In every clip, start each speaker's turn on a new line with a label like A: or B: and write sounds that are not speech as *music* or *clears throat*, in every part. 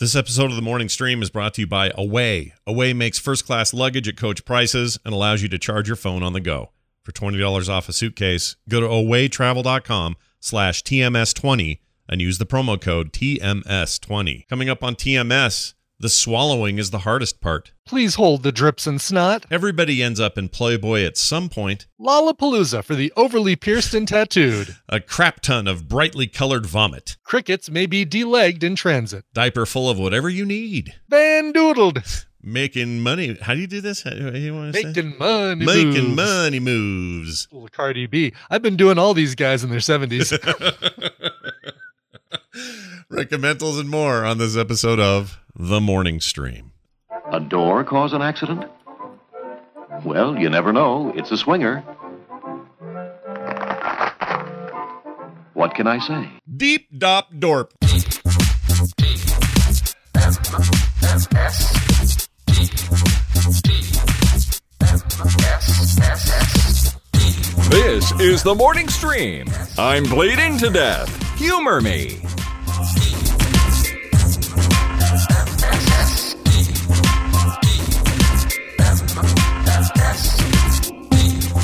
A: This episode of the Morning Stream is brought to you by Away. Away makes first class luggage at coach prices and allows you to charge your phone on the go. For $20 off a suitcase, go to awaytravel.com slash TMS20 and use the promo code TMS20. Coming up on TMS, the swallowing is the hardest part.
B: Please hold the drips and snot.
A: Everybody ends up in Playboy at some point.
B: Lollapalooza for the overly pierced and
A: *laughs*
B: tattooed.
A: A crap ton of brightly colored vomit.
B: Crickets may be delegged in transit.
A: Diaper full of whatever you need. *laughs*
B: Van doodled.
A: Making money. How do you do this? How do you want to say?
B: Making money.
A: Making
B: moves.
A: money moves.
B: Little Cardi B. I've been doing all these guys in
A: *laughs*
B: their 70s.
A: Recommendals and more on this episode of The Morning Stream.
C: A door cause an accident? Well, you never know. It's a swinger. What can I say?
A: Deep Dop Dorp.
D: This is the morning stream. I'm bleeding to death. Humor me.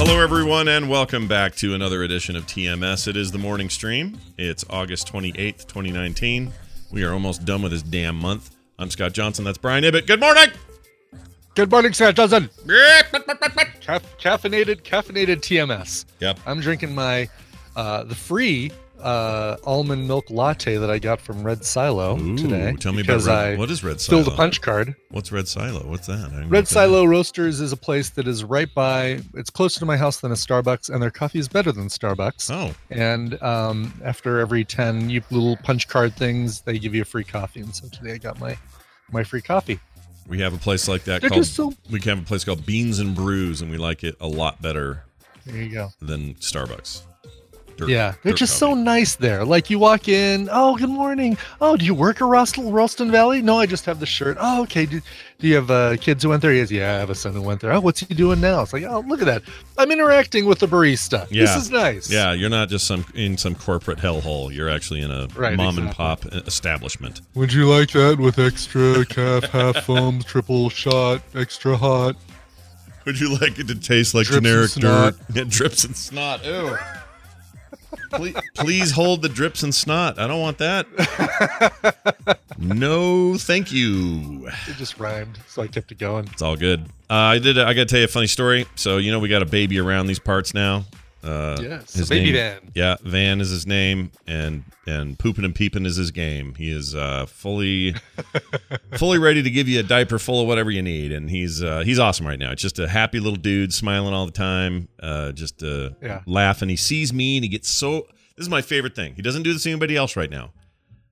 A: Hello, everyone, and welcome back to another edition of TMS. It is The Morning Stream. It's August 28th, 2019. We are almost done with this damn month. I'm Scott Johnson. That's Brian Ibbett. Good morning.
B: Good morning, Scott Johnson. Caff- caffeinated, caffeinated TMS.
A: Yep.
B: I'm drinking my, uh, the free uh, almond milk latte that I got from Red Silo
A: Ooh,
B: today.
A: tell me about
B: because
A: Red,
B: I
A: what is Red Silo?
B: filled a punch card.
A: What's Red Silo? What's that? I didn't know
B: Red
A: what that
B: Silo Roasters is a place that is right by. It's closer to my house than a Starbucks, and their coffee is better than
A: is.
B: Starbucks.
A: Oh,
B: And um, after every ten you little punch card things, they give you a free coffee. And so today I got my my free coffee.
A: we have a place like that
B: They're
A: called.
B: just so.
A: we have a place called Beans and Brews, and we like it a lot better
B: There you go.
A: than Starbucks. Dirt-
B: Yeah, they're
A: dirt
B: just so
A: comedy.
B: nice there. Like you walk in, oh, good morning. Oh, do you work at Rostal, Ralston Valley? No, I just have the shirt. Oh, okay. Do, do you have uh, kids who went there? Yes, yeah, I have a son who went there. Oh, what's he doing now? It's like, oh, look at that. I'm interacting with the barista.
A: Yeah.
B: This is nice.
A: Yeah, you're not just some in some corporate hellhole. You're actually in a
B: Right,
A: mom and pop establishment.
B: Would you like that with extra calf, half foam, triple shot, extra hot?
A: Would you like it to taste like
B: Drips and
A: generic dirt? *laughs*
B: snot.
A: Yeah, drips and snot. *laughs* Ew. please, please hold the drips and snot. I don't want that. *laughs* no, thank you.
B: It just rhymed, so I kept it going.
A: It's all good. Uh, I did. I got to tell you a funny story. So you know we got a baby around these parts now. Uh,
B: Yes, a baby Van.
A: Yeah, Van is his name, and and pooping and peeping is his game. He is uh,
B: *laughs*
A: fully, fully ready to give you a diaper full of whatever you need, and he's uh, he's awesome right now. It's just a happy little dude, smiling all the time, uh, just uh,
B: Yeah.
A: laughing. He sees me, and he gets so. This is my favorite thing. He doesn't do this to anybody else right now.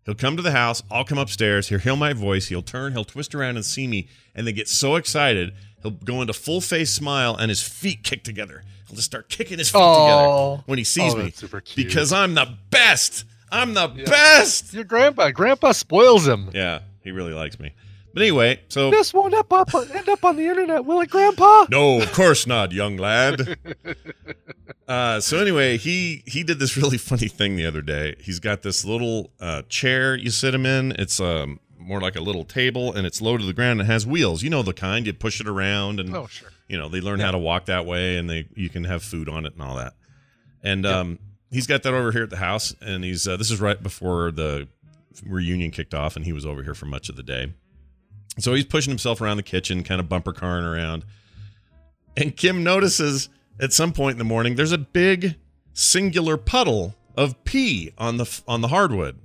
A: He'll come to the house. I'll come upstairs. He'll hear my voice. He'll turn. He'll twist around and see me, and they get so excited. He'll go into full face smile, and his feet kick together. He'll just start kicking his feet
B: Aw.
A: together when he sees
B: Oh,
A: me
B: that's super cute.
A: because I'm the best. I'm the best.
B: Your grandpa, grandpa spoils him.
A: Yeah, he really likes me. But anyway, so
B: This won't up, up, end up on the internet, will it, grandpa?
A: no, of course not, young lad.
B: *laughs*
A: Uh, so anyway, he he did this *laughs* really funny thing the other day. He's got this little uh, chair you sit him in. It's um more like a little table, and it's low to the ground and it has wheels. You know the kind you push it around, and
B: Oh, sure.
A: you know they learn how to walk that way, and they you can have food on it and all that. And um, he's got that over here at the house, and he's uh, this is right before the reunion kicked off, and he was over here for much of the day. So he's pushing himself around the kitchen, kind of bumper carring around. And Kim notices at some point in the morning there's a big singular puddle of pee on the f- on the hardwood.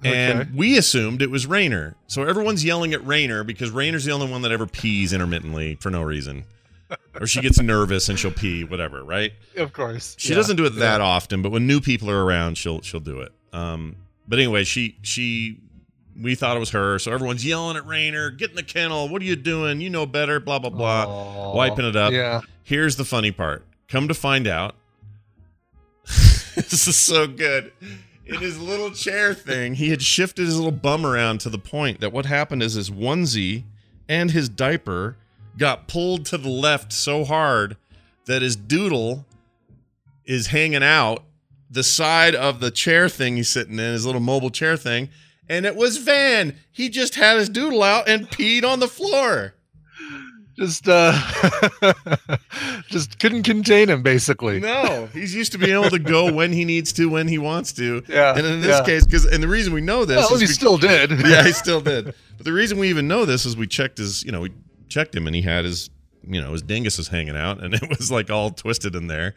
B: Okay.
A: And we assumed it was Rainer. So everyone's yelling at Rainer because Rainer's the only one that ever pees intermittently for no reason. Or she gets nervous and she'll pee, whatever, right?
B: Of course.
A: She
B: Yeah.
A: doesn't do it that often, but when new people are around, she'll she'll do it. Um, but anyway, she she we thought it was her, so everyone's yelling at Rainer, get in the kennel, what are you doing? You know better, blah blah blah.
B: Aw.
A: wiping it up.
B: Yeah.
A: Here's the funny part. Come to find out, *laughs* this is so good. In his little chair thing, he had shifted his little bum around to the point that what happened is his onesie and his diaper got pulled to the left so hard that his doodle is hanging out the side of the chair thing he's sitting in, his little mobile chair thing, and it was Van. He just had his doodle out and peed on the floor.
B: Just uh *laughs* just couldn't contain him basically.
A: No, he's used to being able to go when he needs to, when he wants to.
B: Yeah,
A: And in this
B: yeah.
A: case, because and the reason we know this
B: Well,
A: is
B: he
A: be-
B: still did.
A: *laughs* yeah, he still did. But the reason we even know this is we checked his, you know, we checked him and he had his, you know, his dingus is hanging out and *laughs* it was like all twisted in there.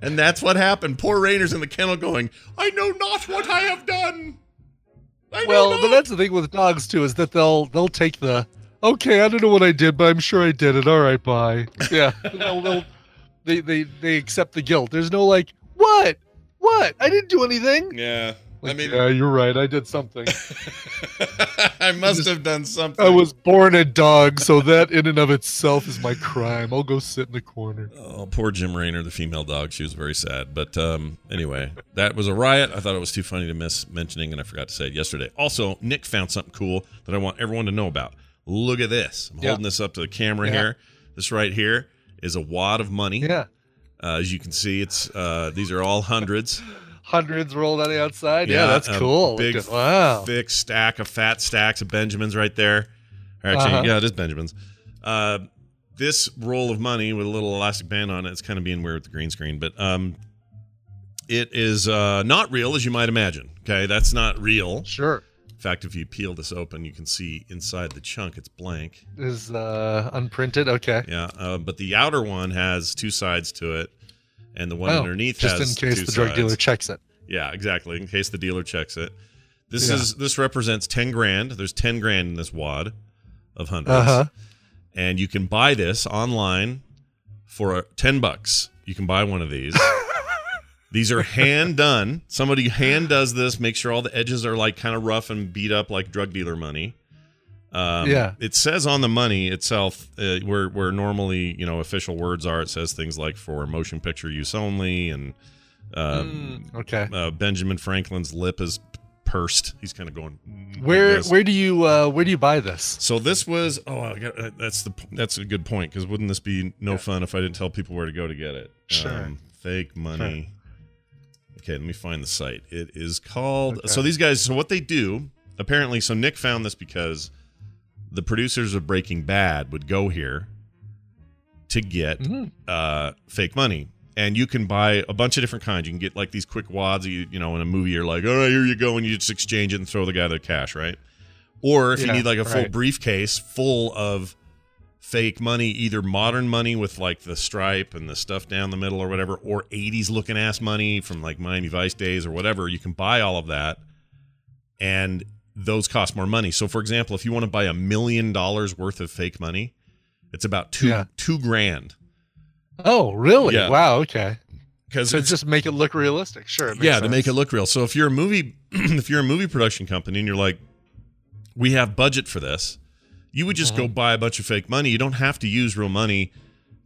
A: And that's what happened. Poor Rainer's in the kennel going, I know not what I have done. I know
B: Well,
A: not."
B: but that's the thing with dogs too is that they'll they'll take the okay, I don't know what I did, but I'm sure I did it. All right, bye. Yeah, *laughs* they'll, they'll, they they they accept the guilt. There's no like what what I didn't do anything.
A: Yeah. I
B: Like,
A: mean,
B: *laughs* yeah, you're right. I
A: *laughs*
B: did something.
A: I must have done something.
B: I was born a dog, so that in and of itself is my crime. I'll go sit in the corner.
A: Oh, poor Jim Raynor, the female dog. She was very sad. But um, anyway, that was a riot. I thought it was too funny to miss mentioning, and I forgot to say it yesterday. Also, Nick found something cool that I want everyone to know about. Look at this. I'm
B: Yeah.
A: holding this up to the camera
B: Yeah.
A: here. This right here is a wad of money.
B: Yeah,
A: Uh, as you can see, it's uh, these are all hundreds.
B: hundreds rolled on the outside. Yeah, that's
A: a
B: cool. Look
A: Big,
B: at- wow.
A: thick stack of fat stacks of Benjamins right there. Or Actually,
B: Uh-huh.
A: yeah, it is Benjamins. Uh, this roll of money with a little elastic band on it, it's kind of being weird with the green screen, but um, it is uh, not real as you might imagine. Okay, that's not real.
B: Sure.
A: In fact, if you peel this open, you can see inside the chunk, it's blank.
B: Is uh unprinted. Okay.
A: Yeah, uh, but the outer one has two sides to it, and the one
B: Oh,
A: underneath
B: Just in
A: has
B: case
A: two
B: the drug
A: sides.
B: dealer checks it.
A: Yeah, exactly. In case the dealer checks it, this
B: Yeah.
A: is this represents ten grand. There's ten grand in this wad of 100s
B: Uh huh.
A: and you can buy this online for uh, ten bucks. You can buy one of
B: *laughs*
A: these. these are hand done. Somebody hand does this. Make sure all the edges are like kind of rough and beat up like drug dealer money. Um,
B: Yeah.
A: It says on the money itself, uh, where where normally you know official words are, it says things like for motion picture use only and.
B: Hmm.
A: Um,
B: Okay.
A: uh, Benjamin Franklin's lip is pursed. He's kind of going. mm, like
B: Where
A: this.
B: where do you uh where do you buy this?
A: So this was. Oh, I got, uh, that's the. p- That's a good point because wouldn't this be no fun if I didn't tell people where to go to get it? Um,
B: Sure.
A: fake money. Okay, let me find the site. It is called.
B: Okay.
A: So these guys. So what they do apparently. So Nick found this because the producers of Breaking Bad would go here to get
B: Mhm.
A: uh, fake money. And you can buy a bunch of different kinds. You can get like these quick wads. You, you know, in a movie, you're like, all right, here you go, and you just exchange it and throw the guy the cash, right? Or if you
B: Yeah,
A: need like a full
B: right.
A: briefcase full of fake money, either modern money with like the stripe and the stuff down the middle or whatever, or 80s looking ass money from like Miami Vice days or whatever, you can buy all of that. And those cost more money. So, for example, if you want to buy a million dollars worth of fake money, it's about two
B: Yeah.
A: two grand
B: Oh, really?
A: Yeah.
B: Wow, okay.
A: because
B: So just make it look realistic. Sure. it makes
A: yeah to make it
B: sense.
A: look real so if you're a movie *clears throat* if you're a movie production company and you're like we have budget for this you would just go
B: Mm-hmm.
A: buy a bunch of fake money you don't have to use real money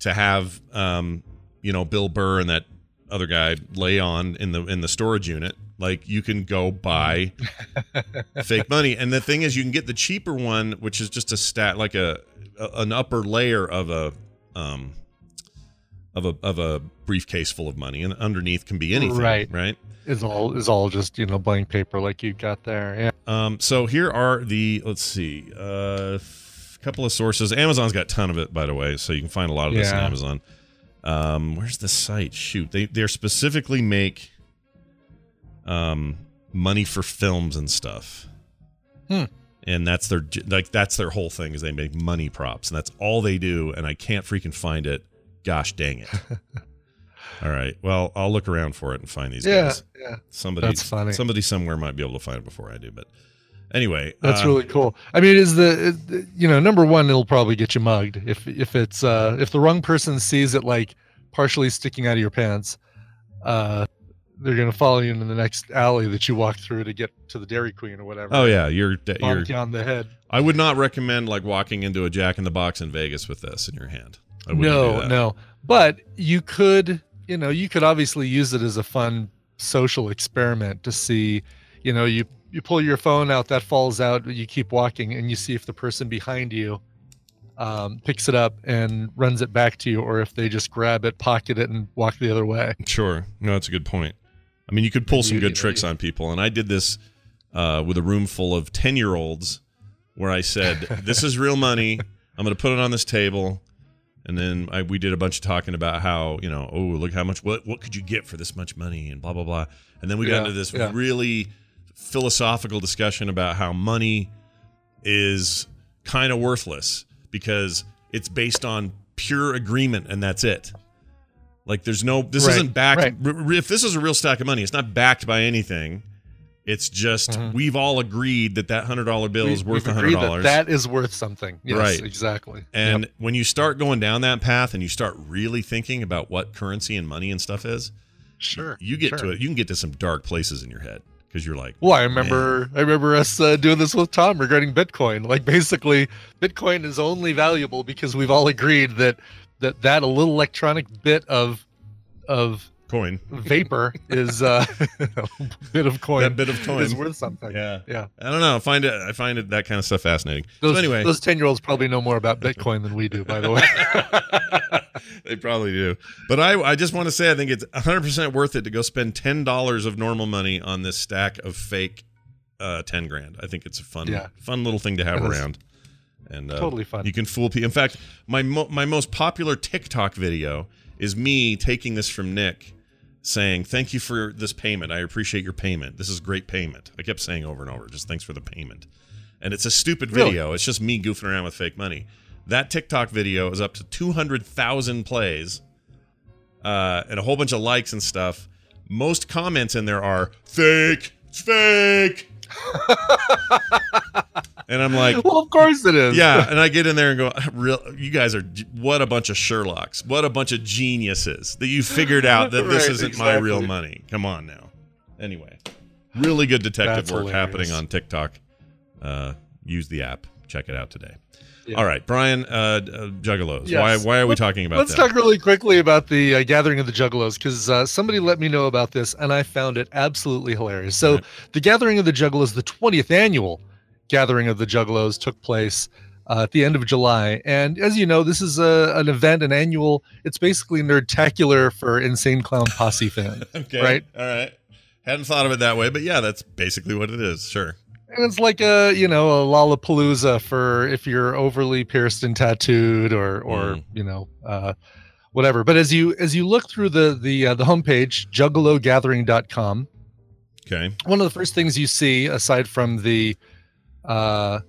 A: to have um you know bill burr and that other guy lay on in the in the storage unit like you can go buy
B: *laughs*
A: fake money and the thing is you can get the cheaper one which is just a stat like a, a an upper layer of a um of a of a briefcase full of money and underneath can be anything
B: Right.
A: right
B: is all is all just, you know, blank paper like you got there. Yeah.
A: um, so here are the let's see, a uh, f- couple of sources. Amazon's got a ton of it, by the way, so you can find a lot of this on
B: Yeah.
A: Amazon. Um, where's the site? Shoot, they they specifically make um, money for films and stuff.
B: Hmm.
A: And that's their j- like that's their whole thing is they make money props and that's all they do. And I can't freaking find it. Gosh dang
B: *laughs*
A: it! all right, well I'll look around for it and find these
B: Yeah.
A: guys
B: Yeah.
A: somebody
B: That's funny.
A: somebody somewhere might be able to find it before I do, but anyway,
B: That's
A: uh,
B: really cool. I mean, is the is the- you know, number 1 it'll probably get you mugged if if it's uh if the wrong person sees it like partially sticking out of your pants. Uh they're going to follow you into the next alley that you walk through to get to the Dairy Queen or whatever.
A: Oh yeah, you're you're
B: Bonk you on the head.
A: I would not recommend like walking into a Jack in the Box in Vegas with this in your hand. I wouldn't do
B: no
A: that.
B: no but you could you know you could obviously use it as a fun social experiment to see you know you you pull your phone out that falls out you keep walking and you see if the person behind you um, picks it up and runs it back to you or if they just grab it pocket it and walk
A: *laughs*
B: the other way
A: Sure. No, that's a good point. I mean, you could pull some
B: You-
A: good
B: you-
A: tricks on people, and I did this. uh, with a room full of 10 year olds where I
B: *laughs*
A: said, This is real money. I'm going to put it on this table. And then I, we did a bunch of talking about how, you know, oh, look how much, what, what could you get for this much money and blah, blah, blah. And then we got
B: Yeah,
A: into this
B: yeah.
A: really philosophical discussion about how money is kind of worthless because it's based on pure agreement and that's it. Like there's no this
B: Right,
A: isn't backed
B: right.
A: r- r- if this is a real stack of money it's not backed by anything. It's just we've all agreed that that $100 bill is
B: Uh-huh. We-
A: worth
B: we've agreed
A: $100.
B: That that is worth something. Yes,
A: Right.
B: Exactly.
A: and
B: Yep.
A: when you start going down that path and you start really thinking about what currency and money and stuff is,
B: sure,
A: you get to
B: sure.
A: it you can get to some dark places in your head cuz you're like
B: Well, I remember I remember us uh, doing this with Tom regarding Bitcoin. Like basically, Bitcoin is only valuable because we've all agreed that that that a little electronic bit of of
A: coin
B: vapor
A: *laughs*
B: is uh, *laughs* a bit of coin.
A: That bit of coin.
B: is worth something.
A: Yeah.
B: yeah.
A: I don't know. I find it I find it that kind of stuff fascinating.
B: Those,
A: so anyway,
B: those ten year olds probably know more about Bitcoin than we do.
A: *laughs*
B: By the way, *laughs*
A: they probably do. But I, I just want to say I think it's 100% worth it to go spend $10 of normal money on this stack of fake uh, 10 grand. I think it's a fun
B: Yeah.
A: fun little thing to have
B: It is.
A: around. And uh,
B: Totally fun.
A: You can fool people. In fact, my mo- my most popular TikTok video is me taking this from Nick saying, "Thank you for this payment. I appreciate your payment. This is great payment." I kept saying over and over, just thanks for the payment. And it's a stupid
B: Really?
A: video. It's just me goofing around with fake money. That TikTok video is up to 200,000 plays uh, and a whole bunch of likes and stuff. Most comments in there are fake, it's fake. and I'm like,
B: well, of course it is. *laughs*
A: yeah, and I get in there and go, "Ah, real, you guys are what a bunch of Sherlocks, what a bunch of geniuses that you figured out that this
B: Right,
A: isn't my real
B: exactly.
A: money. Come on now. Anyway, really good detective
B: That's
A: work happening
B: hilarious.
A: on TikTok. Uh, use the app. Check it out today.
B: Yeah.
A: All right, Brian, uh, d- uh, Juggalos.
B: Yes.
A: Why why are we
B: Let's-
A: talking about
B: Let's
A: that?
B: talk really quickly about the uh, Gathering of the Juggalos because uh, somebody let me know about this and I found it absolutely hilarious. So,
A: Right.
B: the Gathering of the Juggalos, the 20th annual Gathering of the Juggalos, took place uh, at the end of July. And as you know, this is a, an event, an annual. It's basically nerdtacular for Insane Clown Posse fans.
A: okay.
B: right.
A: All right. Hadn't thought of it that way, but yeah, that's basically what it is. Sure.
B: And it's like a you know a Lollapalooza for if you're overly pierced and tattooed or or
A: Mm.
B: you know uh, whatever. But as you as you look through the the uh, the homepage juggalogathering.com,
A: Okay.
B: one of the first things you see aside from the uh,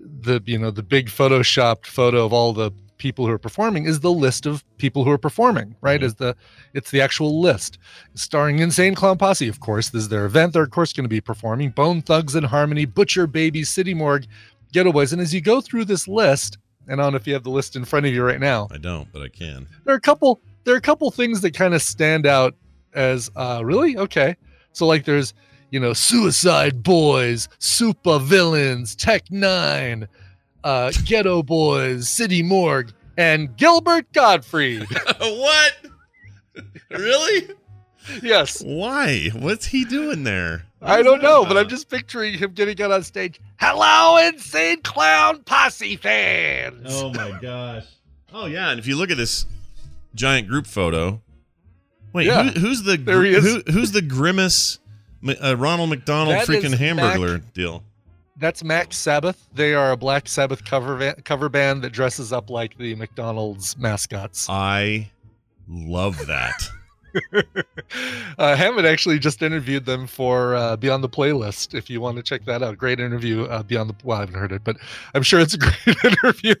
B: the you know the big photoshopped photo of all the people who are performing is the list of people who are performing right
A: Mhm.
B: is the it's the actual list starring insane clown posse of course this is their event they're of course going to be performing bone thugs and harmony butcher baby city morgue getaways and as you go through this list and i don't know if you have the list in front of you right now
A: I don't, but I
B: *laughs*
A: can.
B: there are a couple there are a couple things that kind of stand out as uh really okay so like there's you know suicide boys super villains tech nine uh ghetto boys city morgue and gilbert
A: *laughs*
B: godfrey
A: what? really?
B: yes
A: Why? What's he doing there? What
B: i
A: is
B: don't
A: that
B: know but i'm
A: about?
B: just picturing him getting out on stage hello insane clown posse fans
A: Oh my gosh. Oh yeah, and if you look at this giant group photo, wait,
B: Yeah.
A: who, who's the
B: There he is.
A: Who, who's the grimace M- uh, Ronald McDonald
B: That
A: freaking
B: is
A: hamburger deal?
B: that's Max Sabbath. They are a Black Sabbath cover va- cover band that dresses up like the McDonald's mascots.
A: I love that.
B: *laughs* uh, Hammond actually just interviewed them for uh, Beyond the Playlist. If you want to check that out, great interview. Uh, Beyond the well, I haven't heard it, but I'm sure it's a *laughs* great interview.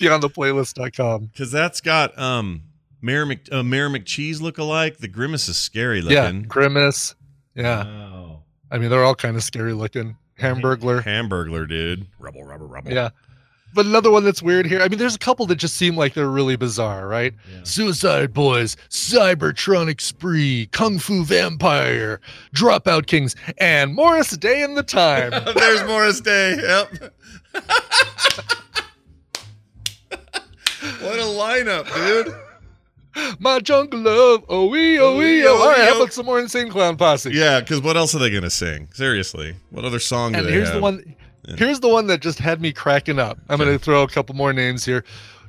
B: BeyondThePlaylist.com.
A: Cuz that's got um Mayor Mc uh, Mayor McCheese look alike. The grimace is scary
B: Yeah,
A: looking. Uh-huh.
B: Grimace. Yeah,
A: Wow.
B: I mean they're all kind of scary looking.
A: *laughs*
B: Hamburglar.
A: Hamburglar dude. Rubble rubble rubble.
B: Yeah. But another one that's weird here. I mean, there's a couple that just seem like they're really bizarre, right?
A: Yeah.
B: Suicide Boys, Cybertronic Spree, Kung Fu Vampire, Dropout Kings, and Morris Day in the Time.
A: There's Morris Day. Yep. what a lineup, dude.
B: My jungle love, oh wee, oh wee, oh. All right, how about some more insane clown posse?
A: Yeah, because what else are they gonna sing? Seriously, what other song? do
B: and
A: they
B: here's
A: have?
B: the one.
A: Yeah.
B: Here's the one that just had me cracking up. I'm
A: Okay.
B: going to throw a couple more names here.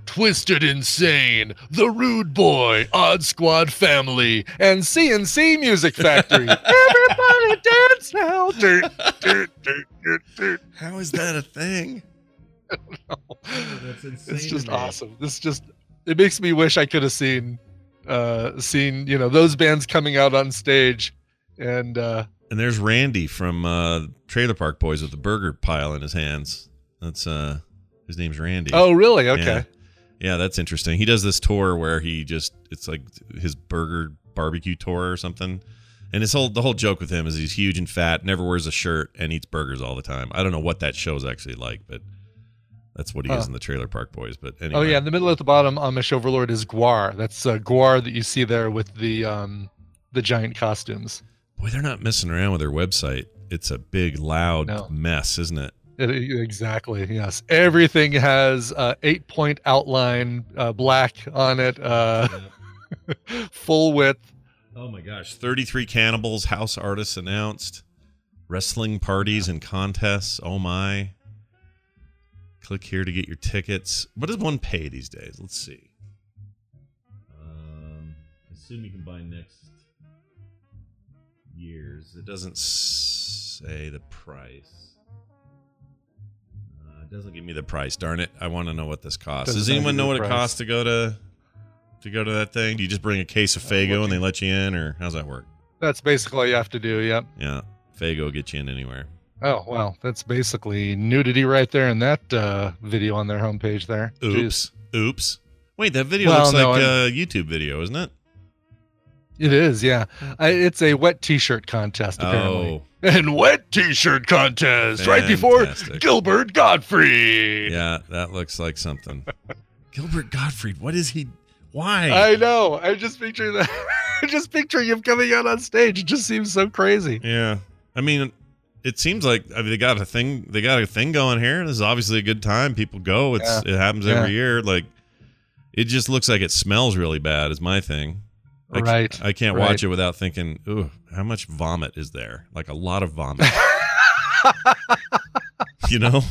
B: Twisted Insane, The Rude Boy, Odd Squad Family, and CNC Music *laughs* Factory. Everybody dance now. *laughs* Dirt, dirt, dirt, dirt, dirt.
A: How is that a thing? That's insane.
B: It's just
A: to me.
B: awesome. This just it makes me wish I could have seen uh seen, you know, those bands coming out on stage and uh
A: And there's Randy from uh, Trailer Park Boys with the burger pile in his hands. That's uh, his name's Randy.
B: oh really? Okay.
A: Yeah. Yeah, that's interesting. He does this tour where he just it's like his burger barbecue tour or something. And his whole the whole joke with him is he's huge and fat, never wears a shirt, and eats burgers all the time. I don't know what that show's actually like, but that's what he is
B: Huh.
A: in the Trailer Park Boys. But anyway,
B: Oh yeah, in the middle at the bottom, Amish Overlord is Guar. That's uh, Guar that you see there with the um the giant costumes.
A: boy, they're not messing around with their website. It's a big, loud
B: No.
A: mess, isn't it?
B: It- exactly. Yes. Everything has uh, eight point outline uh, black on it. Uh, *laughs* full width.
A: Oh my gosh. 33 cannibals, house artists announced, wrestling parties and contests. Oh my. Click here to get your tickets. What does one pay these days? Let's see. Um, assume you can buy next year's. It doesn't s- say the price. Uh, it doesn't give me the price. Darn it! I want to know what this costs.
B: Doesn't
A: Does
B: tell you
A: anyone know
B: the
A: what it
B: price.
A: costs to go to to go to that thing? Do you just bring a case of Fago and they let you in, or how's that work?
B: That's basically all you have to do. Yep.
A: Yeah, Fago will get you in anywhere.
B: Oh wow, that's basically nudity right there in that uh, video on their homepage. There. Jeez.
A: Oops, oops. Wait, that video
B: Well,
A: looks
B: no,
A: like
B: I'm-
A: a YouTube video, isn't it?
B: It is. Yeah. I, it's a wet T-shirt contest apparently.
A: Oh,
B: And wet T-shirt contest right before
A: fantastic.
B: Gilbert Godfrey.
A: Yeah, that looks like something. Gilbert Gottfried, what is he? Why?
B: I know. I just picture that. *laughs* I just picturing him coming out on stage. It just seems so crazy.
A: yeah, I mean, it seems like I mean, they got a thing. They got a thing going here. This is obviously a good time. People go. It's it happens every year. Like, it just looks like it smells really bad. Is my thing. I c-
B: Right.
A: I can't
B: right.
A: watch it without thinking, ooh, how much vomit is there? Like a lot of vomit. you know,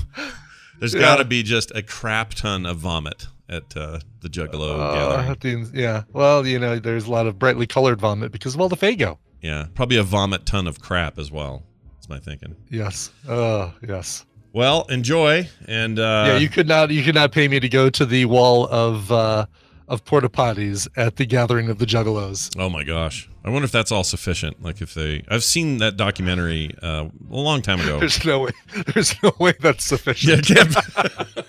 A: there's
B: Yeah.
A: got to be just a crap ton of vomit at uh, the Juggalo
B: Uh,
A: gathering.
B: things- yeah. Well, you know, there's a lot of brightly colored vomit because well, the Fago.
A: Yeah, probably a vomit ton of crap as well. That's my thinking.
B: Yes. Oh, yes.
A: Well, enjoy and uh,
B: yeah. You could not. You could not pay me to go to the wall of uh, of porta potties at the gathering of the Juggalos.
A: Oh my gosh! I wonder if that's all sufficient. Like if they, I've seen that documentary uh, a long time ago.
B: There's no way. *laughs* There's no way that's
A: Yeah,
B: sufficient.
A: it can't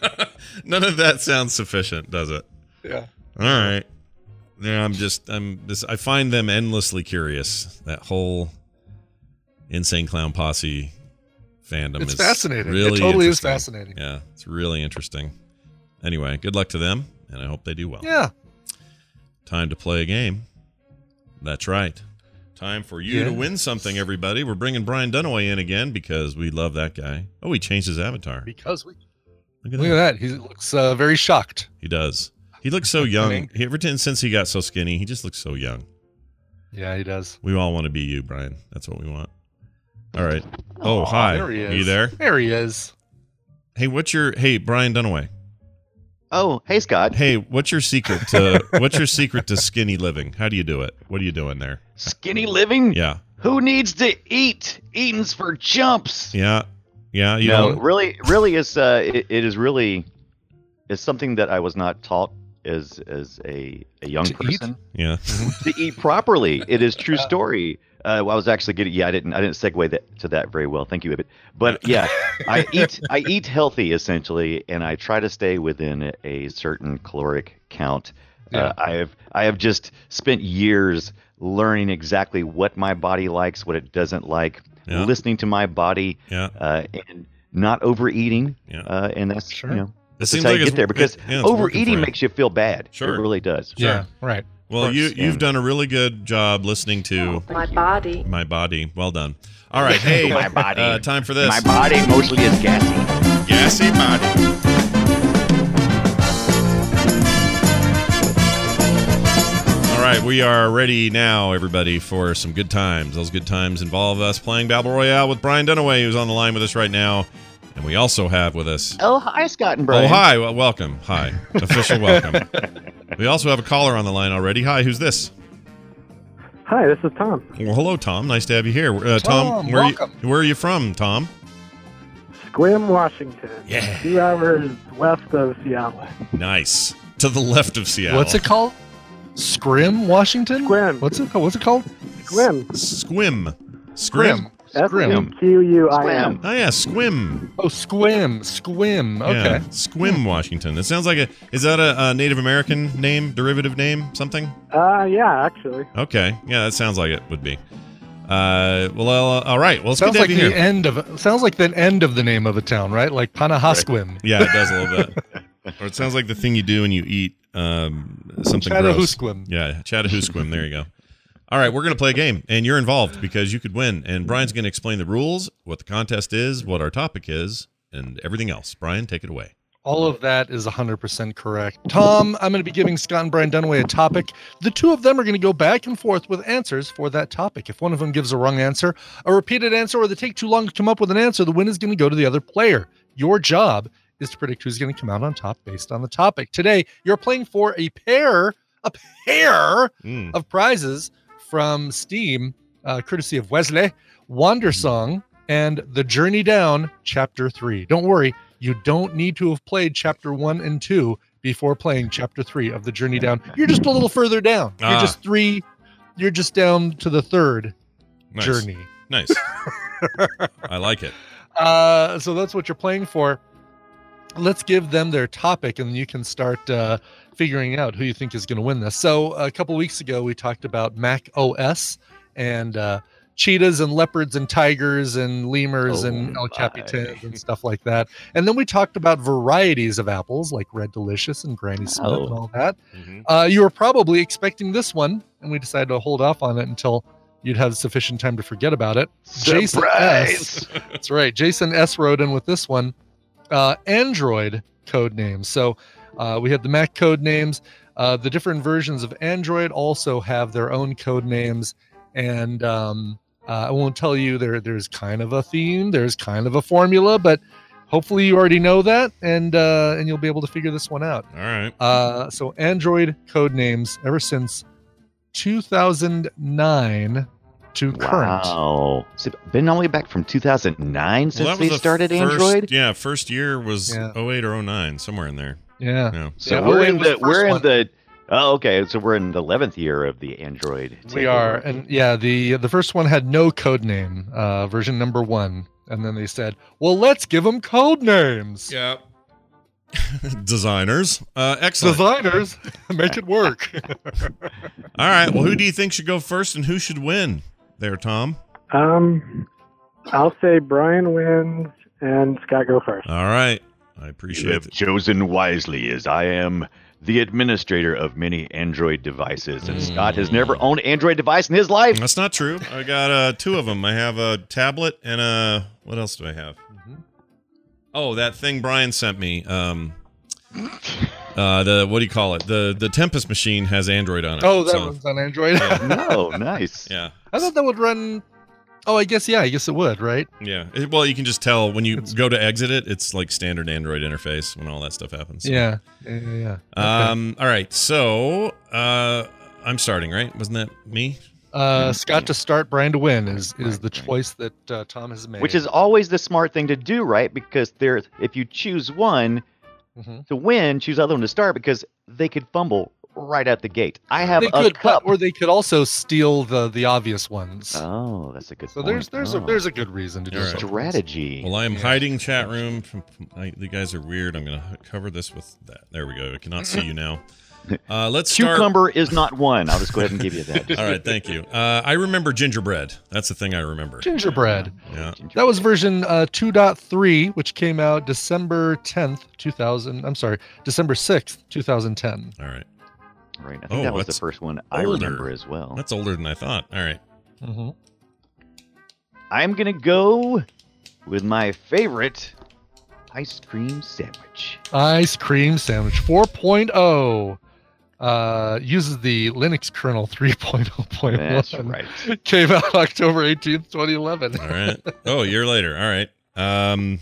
A: be- *laughs* None of that sounds sufficient, does it?
B: Yeah.
A: All right. Yeah, I'm just I'm this I find them endlessly curious. That whole insane clown posse fandom
B: It's
A: is
B: fascinating.
A: Really
B: it totally is
A: interesting.
B: fascinating.
A: Yeah, it's really interesting. Anyway, good luck to them and I hope they do well.
B: Yeah.
A: Time to play a game. That's right. Time for you to
B: Yeah.
A: win something everybody. We're bringing Brian Dunaway in again because we love that guy. Oh, he changed his avatar.
B: Because we
A: Look at
B: look at
A: that.
B: that. He looks uh, very shocked.
A: He does. He looks so young. He, ever since he got so skinny, he just looks so young.
B: Yeah, he does.
A: We all want to be you, Brian. That's what we want. All right. Oh, hi.
B: There he is.
A: Are you there?
B: There he is.
A: Hey, what's your hey, Brian Dunaway?
E: Oh, hey, Scott.
A: Hey, what's your secret
B: *laughs*
A: to what's your secret to skinny living? How do you do it? What are you doing there?
E: Skinny living?
A: Yeah.
E: Who needs to eat? Eating's for jumps.
A: Yeah. Yeah, you
E: no,
A: know.
E: really, really is. Uh, it, it is really is something that I was not taught as as a, a young
B: To eat?
E: person
A: Yeah.
E: to eat properly. It is true story. Uh, well, I was actually getting. Yeah, I didn't. I didn't segue that to that very well. Thank you, Ibit.
A: *laughs*
E: But yeah, I eat. I eat healthy essentially, and I try to stay within a certain caloric count.
B: Yeah.
E: Uh, I have. I have just spent years learning exactly what my body likes, what it doesn't like,
A: Yeah.
E: listening to my body,
A: Yeah.
E: uh, and not overeating.
A: Yeah.
E: Uh, and that's
B: Sure.
E: you know.
A: It
E: That's how you get there because
A: yeah, it's working for
E: overeating
A: you.
E: makes you feel bad.
A: Sure.
E: It really does.
B: Yeah, right.
A: Well, you
E: course,
A: you've
E: and- Oh.
A: done a really good job listening to
F: my body.
A: my body. Well done. All
E: *laughs*
A: right. Hey,
E: My body.
A: Uh, time for this.
E: My body mostly is gassy.
A: Gassy body. All right, we are ready now, everybody, for some good times. Those good times involve us playing Battle Royale with Brian Dunaway, who's on the line with us right now. And we also have with us.
E: Oh, hi, Scott
A: Oh,
E: and Brian.
A: hi. Well, welcome. Hi. Official welcome. We also have a caller on the line already. Hi, who's this?
F: Hi, this is Tom.
A: Well, hello, Tom. Nice to have you here. Uh, Tom,
B: Tom,
A: where, are you,
B: welcome.
A: where are you from, Tom?
F: Squam, Washington.
A: Yeah.
F: Two hours west of Seattle.
A: Nice. To the left of Seattle.
B: What's it called? Scrim, Washington.
F: Scrim.
B: What's it called? What's it called?
F: Squim.
A: Squim. Scrim.
B: Scrim.
F: S-Q-U-I-M.
E: Squam.
A: Oh yeah, squim.
B: Oh, squim. Squim. Okay.
A: Yeah, squim, Washington. It sounds like a. Is that a, a Native American name, derivative name, something?
F: Uh, yeah, actually.
A: Okay, yeah, that sounds like it would be. Uh, well, uh, all right. Well, it's
B: Sounds
A: good to
B: like
A: have you
B: the
A: here.
B: end of sounds like the end of the name of a town, right? Like Panahasquim.
A: *laughs* Yeah, it does a little bit. or it sounds like the thing you do when you eat um, something gross.
B: Chattahoochee.
A: Yeah, Chattahoochee. there you go. All right, we're going to play a game, and you're involved because you could win. And Brian's going to explain the rules, what the contest is, what our topic is, and everything else. Brian, take it away.
B: All of that is 100% correct. Tom, I'm going to be giving Scott and Brian Dunaway a topic. The two of them are going to go back and forth with answers for that topic. If one of them gives a wrong answer, a repeated answer, or they take too long to come up with an answer, the win is going to go to the other player. Your job is to predict who's going to come out on top based on the topic. Today, you're playing for a pair, a pair
A: Mm.
B: of prizes from Steam, uh, courtesy of Wesley, Wander
A: Mm-hmm.
B: Song, and The Journey Down, Chapter 3. Don't worry, you don't need to have played Chapter 1 and 2 before playing Chapter 3 of The Journey Down. You're just a little further down. You're
A: Ah.
B: just three, you're just down to the third
A: Nice.
B: journey. *laughs*
A: Nice. I like it.
B: Uh, so that's what you're playing for. Let's give them their topic, and you can start uh, figuring out who you think is going to win this. So a couple weeks ago, we talked about Mac OS and uh, cheetahs and leopards and tigers and lemurs
E: Oh
B: and El
E: my.
B: Capitans and stuff like that. And then we talked about varieties of apples like Red Delicious and Granny Smith and
E: Oh.
B: all that. Uh, you were probably expecting this one, and we decided to hold off on it until you'd have sufficient time to forget about it. Jason S. That's right. Jason S. wrote in with this one. Uh, Android code names. So uh, we had the Mac code names. Uh, the different versions of Android also have their own code names, and um, uh, I won't tell you there. There's kind of a theme. There's kind of a formula, but hopefully you already know that, and uh, and you'll be able to figure this one out.
A: All right.
B: Uh, so Android code names ever since 2009 to current.
E: Wow. So been all the way back from 2009 since
A: that
E: they
A: was the
E: started
A: first-
E: Android.
A: Yeah, first year was
B: Yeah.
A: 08 or 09, somewhere in there. *laughs*
B: Yeah.
A: Yeah.
E: So
B: Yeah,
E: we're
B: Huawei
E: in
B: was
E: the
B: the
E: we're
B: first
E: in
B: one.
E: the oh okay so we're in the eleventh year of the Android.
B: We
E: takeover.
B: are, and yeah, the the first one had no code name, uh, version number one, and then they said, "Well, let's give them code names."
A: Yeah. Designers. Uh, excellent.
B: Designers, *laughs* make it work. *laughs*
A: All right. Well, who do you think should go first and who should win there, Tom?
F: Um, I'll say Brian wins and Scott go first.
A: All right. I
E: You
A: appreciate
E: have
A: it.
E: chosen wisely, as I am the administrator of many Android devices, and Scott has never owned Android device in his life. *laughs*
A: That's not true. I got uh, two of them. I have a tablet and a. What else do I have? Oh, that thing Brian sent me. Um, uh, the what do you call it? The the Tempest machine has Android on it.
B: oh, that
A: so-
B: runs on Android.
A: Yeah.
E: no, nice.
A: Yeah.
B: I thought that would run. Oh, I guess yeah, I guess it would, right?
A: Yeah. It- well, you can just tell when you go to exit it, it's like standard Android interface when all that stuff happens.
B: Yeah, yeah, yeah. yeah. Okay.
A: Um. All right. So, uh, I'm starting. Right? Wasn't that me?
B: uh, Scott to start, Brian to win is is
E: Right,
B: the
E: right.
B: choice that uh, Tom has made.
E: Which is always the smart thing to do, right? Because there, if you choose one
B: Mhm.
E: to win, choose the other one to start because they could fumble right out the gate. I have
B: they
E: a
B: could,
E: cup.
B: but, or they could also steal the the obvious ones.
E: oh, that's a good.
B: so there's there's a there's a good reason to do
A: All right.
B: something.
E: Oh. strategy.
A: Well, I am
B: Yeah.
A: hiding chat room. From, from- I, the guys are weird. I'm gonna h- cover this with that. There we go. I cannot see you now. Uh, let's start.
E: Cucumber is not one. I'll just go ahead and give you
A: *laughs*
E: that.
A: All right. Thank you. Uh, I remember gingerbread. That's the thing I remember.
B: Gingerbread.
A: *laughs* Yeah.
B: That was version uh, 2.3, which came out December 10th, 2000. I'm sorry, December 6th, 2010.
A: All right.
E: right. I think
A: Oh,
E: that was the
A: that's
E: first one I
A: older.
E: remember as well.
A: That's older than I thought. All right.
E: Mm-hmm. I'm gonna go with my favorite ice
A: *laughs*
E: cream sandwich.
B: Ice cream sandwich 4.0 uh, uses the Linux kernel 3.0.1.
E: That's
B: *laughs*
E: right.
B: Came out October 18th, 2011.
A: All right. Oh, a year later. All right. Um,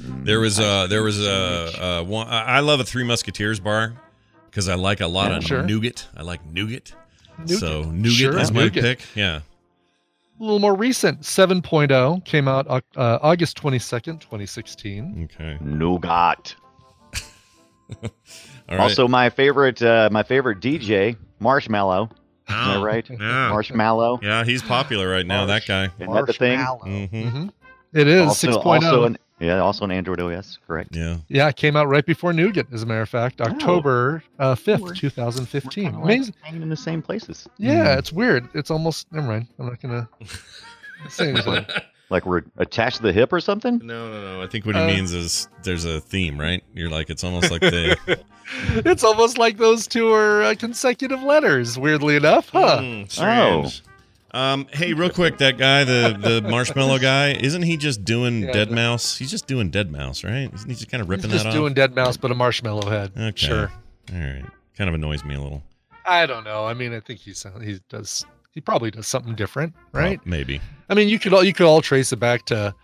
A: There was uh there was a, a one. I I love a Three Musketeers bar because I like a lot
B: Yeah,
A: of
B: sure.
A: nougat. I like nougat.
B: Nougat.
A: So nougat
B: Sure,
A: is my
B: nougat.
A: pick. Yeah.
B: A little more recent, 7.0 came out uh, August 22nd, 2016.
A: Okay.
E: Nougat.
A: All right.
E: Also, my favorite, uh, my favorite DJ, Marshmallow. Am I
A: Oh,
E: right?
A: Yeah.
E: Marshmallow.
A: Yeah, he's popular right now. That guy.
E: Isn't that the thing?
A: hmm
B: Mhm. It is oh. 6.0.
E: also an, yeah, also an Android OS, correct?
A: Yeah.
B: yeah, it came out right before Nougat, as a matter of fact, October uh, 5th,
E: We're- Oh. We're
B: 2015.
E: kinda like
B: Amazing.
E: hanging in the same places,
B: Yeah,
A: Hmm.
B: it's weird. It's almost, never mind. I'm not
A: *laughs*
B: going to say anything.
E: like we're attached to the hip or something.
A: No, no, no. I think what he
B: Uh,
A: means is there's a theme, right? You're like it's almost like
B: *laughs*
A: they.
B: it's almost like those two are uh, consecutive letters, weirdly enough, huh?
A: Mm, strange. Um, hey, real quick, that guy, the
B: *laughs*
A: the marshmallow guy, isn't he just doing
B: Yeah,
A: dead
B: the-
A: mouse? He's just doing dead mouse, right? Isn't he just kind of ripping
B: He's just
A: that
B: doing dead mouse, but a marshmallow head.
A: off? Okay.
B: Sure.
A: All right. Kind of annoys me a little.
B: I don't know. I mean, I think he sound, he does he probably does something different, right?
A: Well, maybe.
B: I mean, you could all you could all trace it back to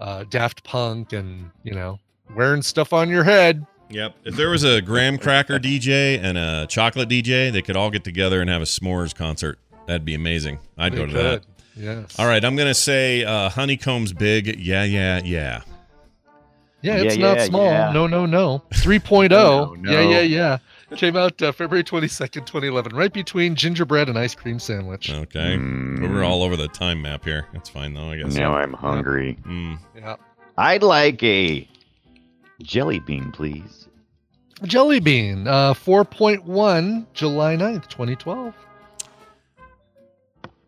B: uh, Daft Punk and you know wearing stuff on your head.
A: Yep. If there was a graham cracker DJ and a chocolate DJ, they could all get together and have a s'mores concert. That'd be amazing. I'd go to that.
B: Yes.
A: All right, I'm gonna say uh, honeycombs big. Yeah, yeah, yeah.
B: Yeah, it's
E: Yeah,
B: not
E: yeah,
B: small.
E: yeah.
B: No, no, no. 3.0.
E: No, no,
B: Yeah,
E: no.
B: yeah, yeah. Came out uh, February 22nd, 2011, right between gingerbread and ice cream sandwich.
A: Okay.
E: Mm.
A: We're all over the time map here. That's fine though, I guess.
E: Now I'm hungry.
A: Mm.
B: Yeah.
E: I'd like a jelly bean, please.
B: Jelly bean, uh, 4.1, July 9th, 2012.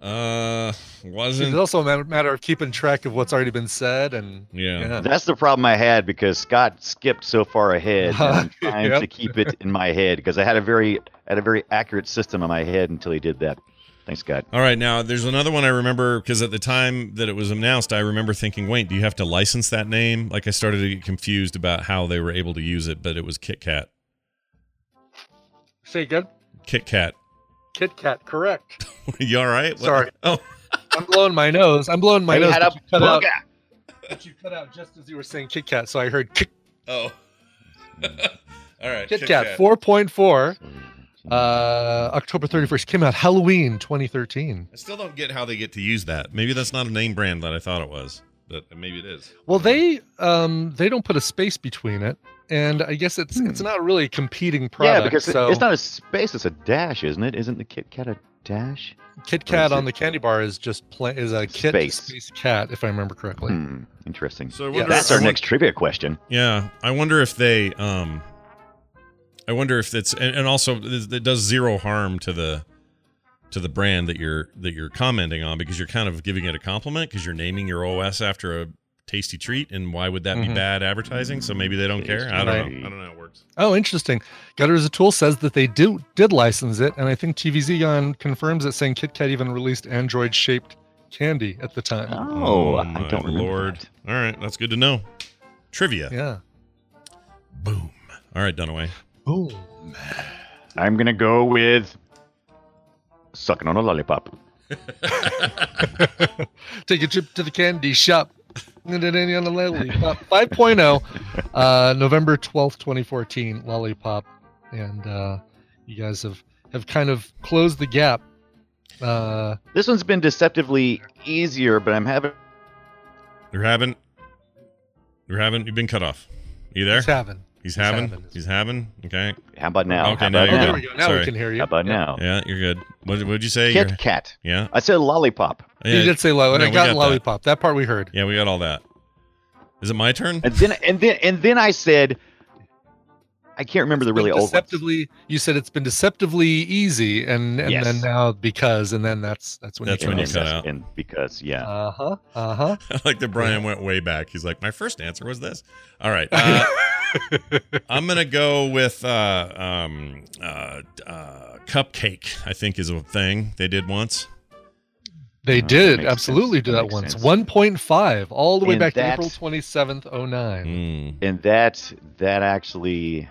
A: Uh, wasn't.
B: It's also a ma- matter of keeping track of what's already been said and
A: Yeah.
E: That's the problem I had because Scott skipped so far ahead.
B: *laughs*
E: and I'm trying
B: Yep.
E: to keep it in my head because I had a very had a very accurate system in my head until he did that. Thanks, Scott.
A: All right. Now, there's another one I remember because at the time that it was announced, I remember thinking, wait, do you have to license that name? Like, I started to get confused about how they were able to use it, but it was Kit Kat.
B: Say again?
A: Kit Kat. *laughs*
B: Kit Kat, correct.
A: you all right? What-
B: Sorry.
A: Oh,
B: I'm blowing my nose. I'm blowing my
E: Hey,
B: nose.
E: had
B: but
E: a
B: you, cut out,
E: bugger.
B: but you cut out just as you were saying Kit Kat, so I heard Kit,
A: oh. *laughs* all right.
B: Kit Kat, 4.4. Uh, October 31st came out Halloween 2013.
A: I still don't get how they get to use that. Maybe that's not a name brand that I thought it was, but maybe it is.
B: Well, they um they don't put a space between it, and I guess it's it's not really a competing product.
E: Hmm. yeah, because it-
B: so
E: it's not a space; it's a dash, isn't it? Isn't the Kit Kat a dash?
B: Kit
E: what
B: Kat
E: is
B: on
E: it?
B: the candy bar is just pla is a Kit
E: Space.
B: space. Cat, if I remember correctly.
E: Hmm, interesting.
A: So I
B: Yeah,
A: wonder-
E: That's
A: I
E: our
A: wonder-
E: next trivia question.
A: Yeah, I wonder if they. um I wonder if it's and, and also it it does zero harm to the to the brand that you're that you're commenting on because you're kind of giving it a compliment because you're naming your OS after a tasty treat and why would that be
E: Mm-hmm.
B: Mhm.
A: bad advertising? So maybe they don't care. I don't
B: Right.
A: know. I don't know how it works.
B: Oh, interesting. Gutter as a tool says that they do did license it, and I think TVZon confirms it, saying Kit Kat even released Android shaped candy at the time.
E: Oh, I
A: my
E: don't remember.
A: lord!
E: that.
A: All right, that's good to know. Trivia.
B: Yeah.
A: Boom. All right, Dunaway.
B: Boom.
E: I'm gonna go with sucking on a lollipop.
B: *laughs* Take a trip to the candy shop. Na-na-na-na on the Lollipop 5.0, uh, November 12th, 2014, Lollipop. And uh, you guys have, have kind of closed the gap. Uh,
E: This one's been deceptively easier, but I'm having
A: You're having. You're having. You've been cut off. You there?
B: it's having.
A: He's having.
B: having.
A: He's having. Okay.
E: How about now?
A: Okay,
E: How
A: now
B: Oh,
E: about
A: you're
E: now?
B: there we go. Now
A: Sorry.
B: we can hear you.
E: How about now?
A: Yeah, you're good. What would you say?
E: Kit
A: You're-
E: Kat.
A: yeah.
E: I said lollipop.
A: Yeah.
B: You did say lollipop.
A: No,
B: I
A: we got
B: got,
A: that.
B: lollipop. That. part we heard.
A: yeah, we got all that. Is it my turn? *laughs*
E: And then and then and then I said I can't remember the really
B: Been
E: old ones.
B: deceptively, you said it's been deceptively easy, and and
E: Yes.
B: then now because, and then that's that's when
A: That's
B: you
A: when you
B: came
E: And-
A: cut out.
E: And because yeah.
B: Uh huh. Uh huh.
A: like the Brian went way back. He's like, my first answer was this. All right.
B: *laughs* uh-huh.
A: Uh, I'm gonna go with uh, um, uh, uh, cupcake. I think is a thing they did once.
B: They
E: Oh, that
B: did
E: makes
B: absolutely
E: sense.
B: do
E: That
B: that
E: makes
B: once.
E: sense.
B: 1.5, all the way
E: And
B: back to
E: that-
B: April oh 27th, 09.
A: Mm.
E: And that that actually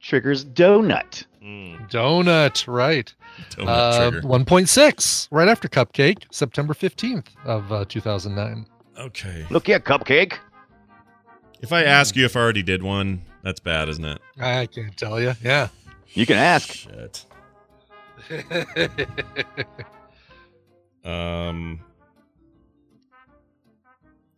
E: triggers donut. Mm.
B: Donut, right.
A: Donut
B: Uh,
A: trigger.
B: 1.6, right after Cupcake, September 15th of uh, 2009.
A: Okay.
E: Look here, cupcake.
A: If I ask you if I already did one, that's bad, isn't it?
B: I can't tell you. Yeah. *laughs*
E: You can ask.
A: Shit. Um.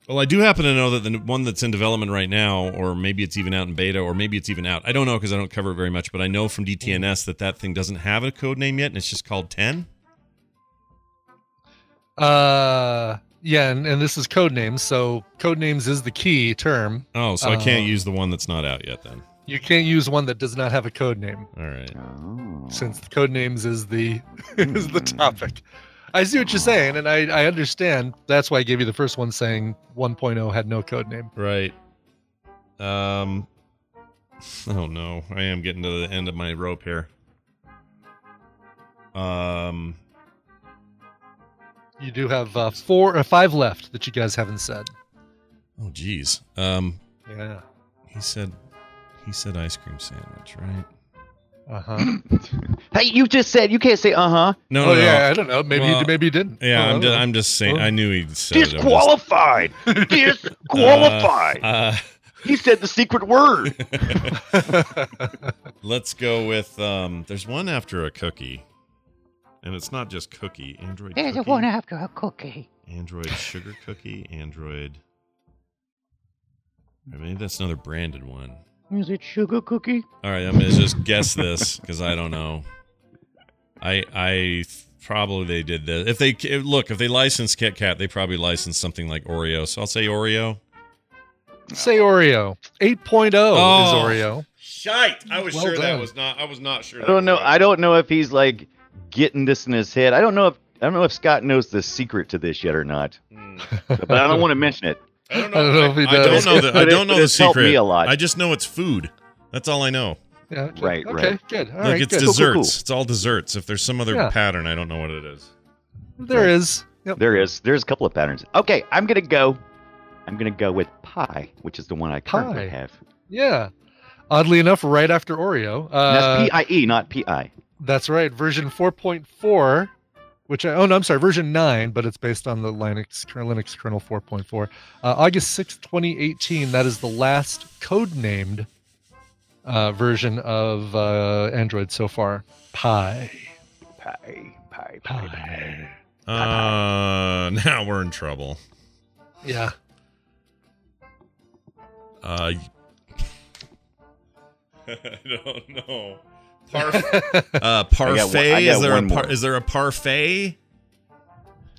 A: Well, I do happen to know that the one that's in development right now, or maybe it's even out in beta, or maybe it's even out. I don't know because I don't cover it very much, but I know from DTNS that that thing doesn't have a code name yet, and it's just called Ten.
B: uh, yeah, and, and this is code names. So code names is the key term.
A: Oh, so I can't
B: Oh.
A: use the one that's not out yet. Then,
B: You can't use one that does not have a code name,
A: all right.
E: Oh.
B: since the code names is the *laughs* is the
A: Mm-hmm.
B: topic. I see what you're saying, and I, I understand. That's why I gave you the first one saying 1.0 had no code name.
A: Right. Um. *laughs* Oh no, I am getting to the end of my rope here. Um.
B: You do have uh, four or five left that you guys haven't said.
A: Oh geez. Um.
B: Yeah.
A: He said. He said ice cream sandwich, right? *clears throat*
B: Uh huh.
E: Hey, you just said you can't say uh huh.
A: No,
B: Oh
A: no,
B: yeah.
A: no.
B: I don't know. Maybe
A: Well,
B: you, maybe you didn't.
A: Yeah,
B: Oh, I
A: I'm,
B: don't
A: just,
B: know.
A: I'm just saying.
B: Well.
A: I knew he'd said it. I'm just-
E: Disqualified. Disqualified.
A: Uh,
E: he said the secret word.
A: let's go with. Um, there's one after a cookie, and it's not just cookie. Android.
G: There's a
A: cookie.
G: one after a cookie.
A: Android sugar cookie, Android. Or maybe that's another branded one.
G: Is it sugar cookie?
A: All right, I'm gonna just guess this because I don't know. I I th- probably they did this. If they if- look, if they license Kit Kat, they probably licensed something like Oreo. So I'll say Oreo.
B: *laughs* Say Oreo. 8.0
A: Oh.
B: is Oreo.
A: Shite! I was
B: Well sure that done. was
A: not. I was not sure.
E: I don't know. I don't know if he's like getting this in his head. I don't know if I don't know if Scott knows the secret to this yet or not. But I don't want to mention it.
A: I don't
B: know. *laughs* I don't know if he
A: I don't
B: does.
A: know the, I
E: But it-
A: don't know
E: but
A: the
E: it's helped
A: secret.
E: me a lot.
A: I just know it's food. That's all I know.
B: *laughs* Yeah, okay.
E: Right,
B: Okay,
E: right.
B: good. All
A: Look,
B: right,
A: it's
B: good.
E: cool,
A: desserts.
E: cool.
A: It's all desserts. If there's some other
B: Yeah.
A: pattern, I don't know what it is.
B: There is. Yep.
E: There is. There's a couple of patterns. Okay, I'm gonna go. I'm gonna go with pie, which is the one I currently
B: Pie.
E: have.
B: Yeah. Oddly enough, right after Oreo.
E: And
B: Uh,
E: that's P I E, not P I.
B: That's right. Version 4.4, which I, oh no, I'm sorry, version 9, but it's based on the Linux, kernel- Linux kernel 4.4. Uh, August 6, 2018, that is the last code named uh, version of uh, Android so far. Pi.
E: Pie, pie,
B: Pi.
A: Uh, now we're in trouble.
B: Yeah.
A: Uh, I don't know. Parf- uh,
E: I got
A: parfait. is
E: one
A: there a
E: more.
A: par- is there a parfait?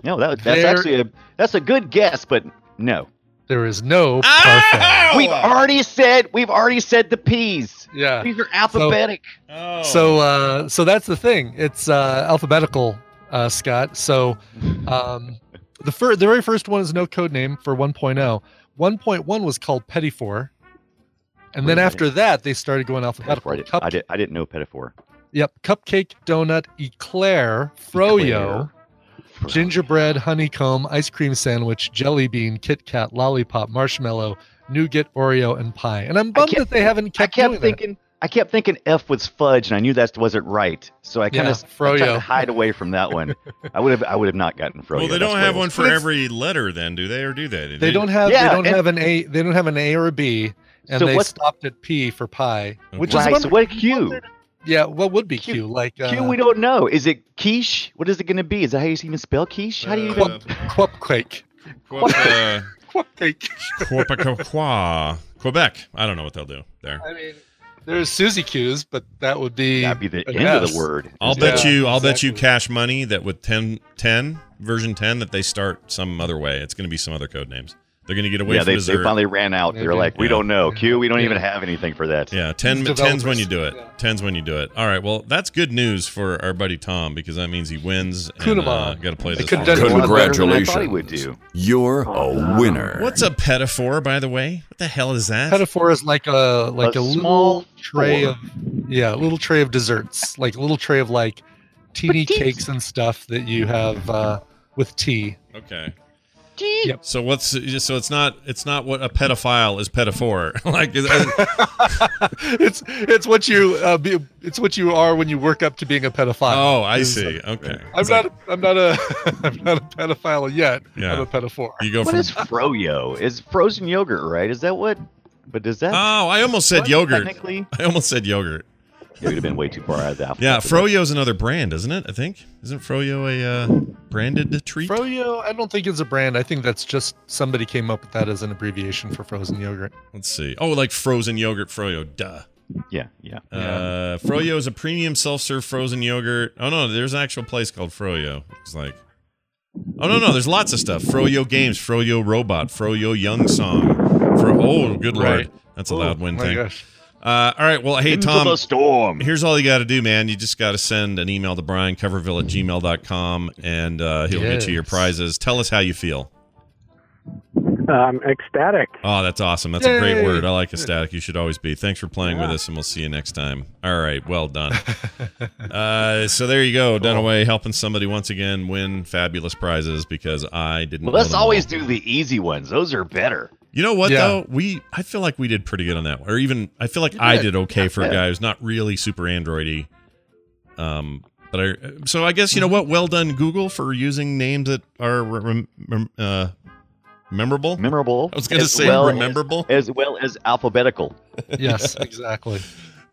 E: No, that, that's
B: There-
E: actually a that's a good guess, but no.
B: there is no parfait.
A: Ow!
E: We've already said we've already said the P's.
B: Yeah.
E: These are alphabetic.
A: Oh.
B: So uh, so that's the thing. It's uh, alphabetical, uh, Scott. So um, the fir- the very first one oh. is no code name for 1.0. 1.1 was called Petty4. And then
E: Really?
B: after that, they started going alphabetical.
E: I, did,
B: Cup-
E: I, did, I didn't know pedophore.
B: Yep. Cupcake, donut, eclair, froyo,
E: Froyo.
B: gingerbread, honeycomb, ice cream sandwich, jelly bean, Kit Kat, lollipop, marshmallow, nougat, Oreo, and pie. And I'm bummed
E: kept-
B: that they haven't
E: I
B: kept,
E: kept
B: doing that.
E: thinking I kept thinking F was fudge, and I knew that wasn't right. So I kind
B: Yeah,
E: of tried
B: froyo.
E: to hide away from that one. I would have I would have not gotten froyo.
A: well, they
E: That's
A: don't
E: what
A: have
E: it
A: one
E: was.
A: for
B: But it's-
A: every letter, then, do they, or do they?
B: They don't have
E: Yeah,
B: they don't
E: and-
B: have an A they don't have an A or a B and
E: So
B: they
E: what's-
B: stopped at P for pie, which
A: Okay.
B: is
E: Right.
B: wonderful.
E: So what Q?
B: yeah, what would be
E: Q-
B: Q? like uh,
E: Q we don't know. Is it quiche? What is it going to be? Is that how you even spell quiche? How do you even?
A: Uh,
B: Quapquake.
A: Quep- uh,
B: Quapquake.
A: Quebecois. Quebec. I don't know what they'll do there.
B: *laughs* I mean, there's Suzy Q's, but that would be
E: That'd be the
B: an
E: end of
B: S.
E: the word.
A: I'll
E: instead
A: bet
E: of-
A: you. I'll bet you
B: exactly.
A: cash money that with 10, 10 version ten that they start some other way. It's going to be some other code names. They're going to get away
E: Yeah,
A: from
E: they, they
A: dessert.
E: finally ran out. They were
B: Maybe.
E: like, we
A: Yeah.
E: don't know.
B: Yeah.
E: Q, we don't
B: Yeah.
E: even have anything for that.
A: yeah, 10,
B: These
A: 10's when you do it.
B: developers, yeah.
A: Tens when you do it. All right. Well, that's good news for our buddy Tom because that means he wins. And,
B: Kunamon.
A: uh, Got to play
B: I
A: this.
B: could've
A: one.
B: done it.
E: I
D: Congratulations.
E: thought he would do.
D: You're a winner.
A: What's a pedophore, by the way? What the hell is that?
B: Pedophore is like a like a,
E: A
B: little
E: small
B: tray
E: four.
B: of yeah, a little tray of desserts, like a little tray of like teeny cakes and stuff that you have uh, with tea. *laughs*
A: okay.
B: Yep.
A: So what's so it's not it's not what a pedophile is pedophore *laughs* like is-
B: it's it's what you uh, be, it's what you are when you work up to being a pedophile. *laughs*
A: oh I
B: Is-
A: see okay
B: I'm
A: It's
B: not.
A: like
B: a I'm not a. *laughs* I'm not a pedophile yet.
A: Yeah.
B: I'm a pedophile.
A: you go
E: What
A: from
E: is froyo? Is frozen yogurt, right? Is that what? But does that
A: Oh, I almost said yogurt. *laughs*
E: technically?
A: I almost said yogurt.
E: It would have been way too far out of the alphabet.
A: Yeah, Froyo's another brand, isn't it? I think isn't Froyo a uh, branded treat?
B: Froyo, I don't think it's a brand. I think that's just somebody came up with that as an abbreviation for frozen yogurt.
A: Let's see. Oh, like frozen yogurt, Froyo. Duh.
E: Yeah, yeah.
A: Uh, Froyo is a premium self-serve frozen yogurt. Oh no, there's an actual place called Froyo. It's like, oh no, no, there's lots of stuff. Froyo Games, Froyo Robot, Froyo Young Song. Fro oh, good
B: Right.
A: lord, that's a loud wind
B: Oh my
A: thing. *laughs*
B: gosh.
A: Uh, all right, well, hey
E: Into
A: Tom,
E: the storm.
A: here's all you got to do, man. You just got to send an email to briancoverville at gmail.com and uh, he'll get you your
B: Yes.
A: prizes. Tell us how you feel.
F: I'm Um, ecstatic.
A: Oh, that's awesome. That's a great
B: Yay.
A: word. I like ecstatic. You should always be. Thanks for playing with us, and we'll see you next time. All right. Well done. *laughs* uh, so there you go. Dunaway helping somebody once again win fabulous prizes because I didn't.
E: Well,
A: win
E: let's
A: them
E: always
A: all.
E: do the easy ones. Those are better.
A: You know what
B: Yeah.
A: though? We I feel like we did pretty good on that one, or even I feel like I did okay for a guy who's not really super Androidy. Um, but I so I guess you know what? Well done, Google, for using names that are rem, rem, uh, memorable.
E: Memorable.
A: I was going to
E: as
A: say
E: well as-
A: rememberable.
E: As, well as alphabetical.
B: Yes, exactly.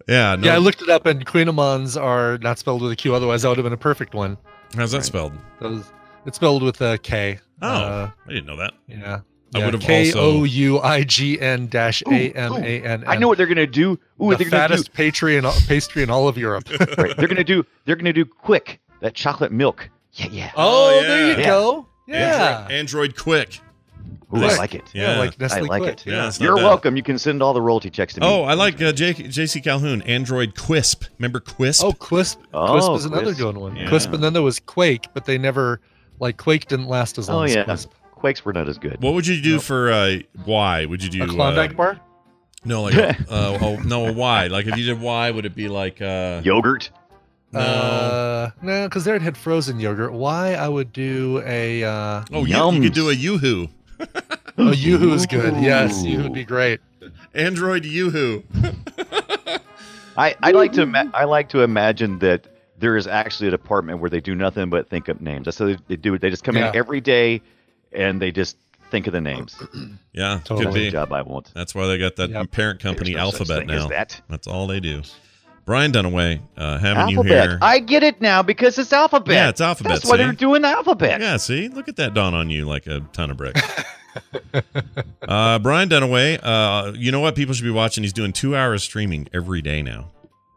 A: yeah. No,
B: Yeah, I looked it up, and Queen Amons are not spelled with a Q. Otherwise, that would have been a perfect one.
A: how's that spelled?
B: That was- it's spelled with a K.
A: Oh,
B: Uh,
A: I didn't know that.
B: yeah.
A: I would have
B: K
A: also-
B: O U I G N dash A M A N.
E: I know what they're going to do. Ooh,
B: the
E: they're going to do
B: fattest pastry in all, pastry in all of Europe.
E: Right. They're gonna do. They're gonna do quick that chocolate milk. Yeah, yeah.
A: Oh, yeah.
E: Yeah.
B: go.
A: Android, Android Quick.
E: Ooh, I
B: Right.
E: like it.
A: Yeah.
B: like Nestle
E: I like
B: Quick.
E: it.
A: Yeah, it's not
E: You're
A: bad.
E: welcome. You can send all the royalty checks to me.
A: Oh, I like uh, J- JC Calhoun. Android Quisp. Remember Quisp?
B: Oh, Quisp.
E: Oh,
B: Quisp is another
E: Quisp.
B: good one.
A: Yeah.
B: Quisp, and then there was Quake, but they never like Quake didn't last as long
E: Oh
B: as
E: yeah.
B: Quisp.
E: Quakes were not as good.
A: What would you do for uh, Y? Would you do
B: A Klondike
A: uh,
B: bar.
A: No, like uh, oh, no a Y. Like if you did Y, would it be like uh,
E: Yogurt.
A: no?
B: Uh, no, because there it had frozen yogurt. Why I would do a uh,
A: oh, you, you could
E: yums.
A: do a YooHoo.
B: oh Yoo-hoo is good. Yes,
E: Ooh.
B: Yoo-hoo would be great.
A: Android YooHoo.
E: I, I like to ima- I like to imagine that there is actually a department where they do nothing but think up names. That's how they, they do it. They just come
B: Yeah.
E: in every day, and they just think of the names.
A: Yeah, could
B: Totally.
E: Good
A: be.
E: job. I won't.
A: That's why they got that
B: Yep.
A: parent company
E: There's no such
A: Alphabet
E: thing as
A: now.
E: that.
A: That's all they do. Brian Dunaway, uh, having you
E: alphabet.
A: here.
E: I get it now because it's alphabet.
A: Yeah, it's alphabet,
E: That's why
A: see?
E: they're doing the alphabet.
A: Yeah, see, look at that dawn on you like a ton of bricks. uh, Brian Dunaway, uh, you know what people should be watching? He's doing two hours streaming every day now,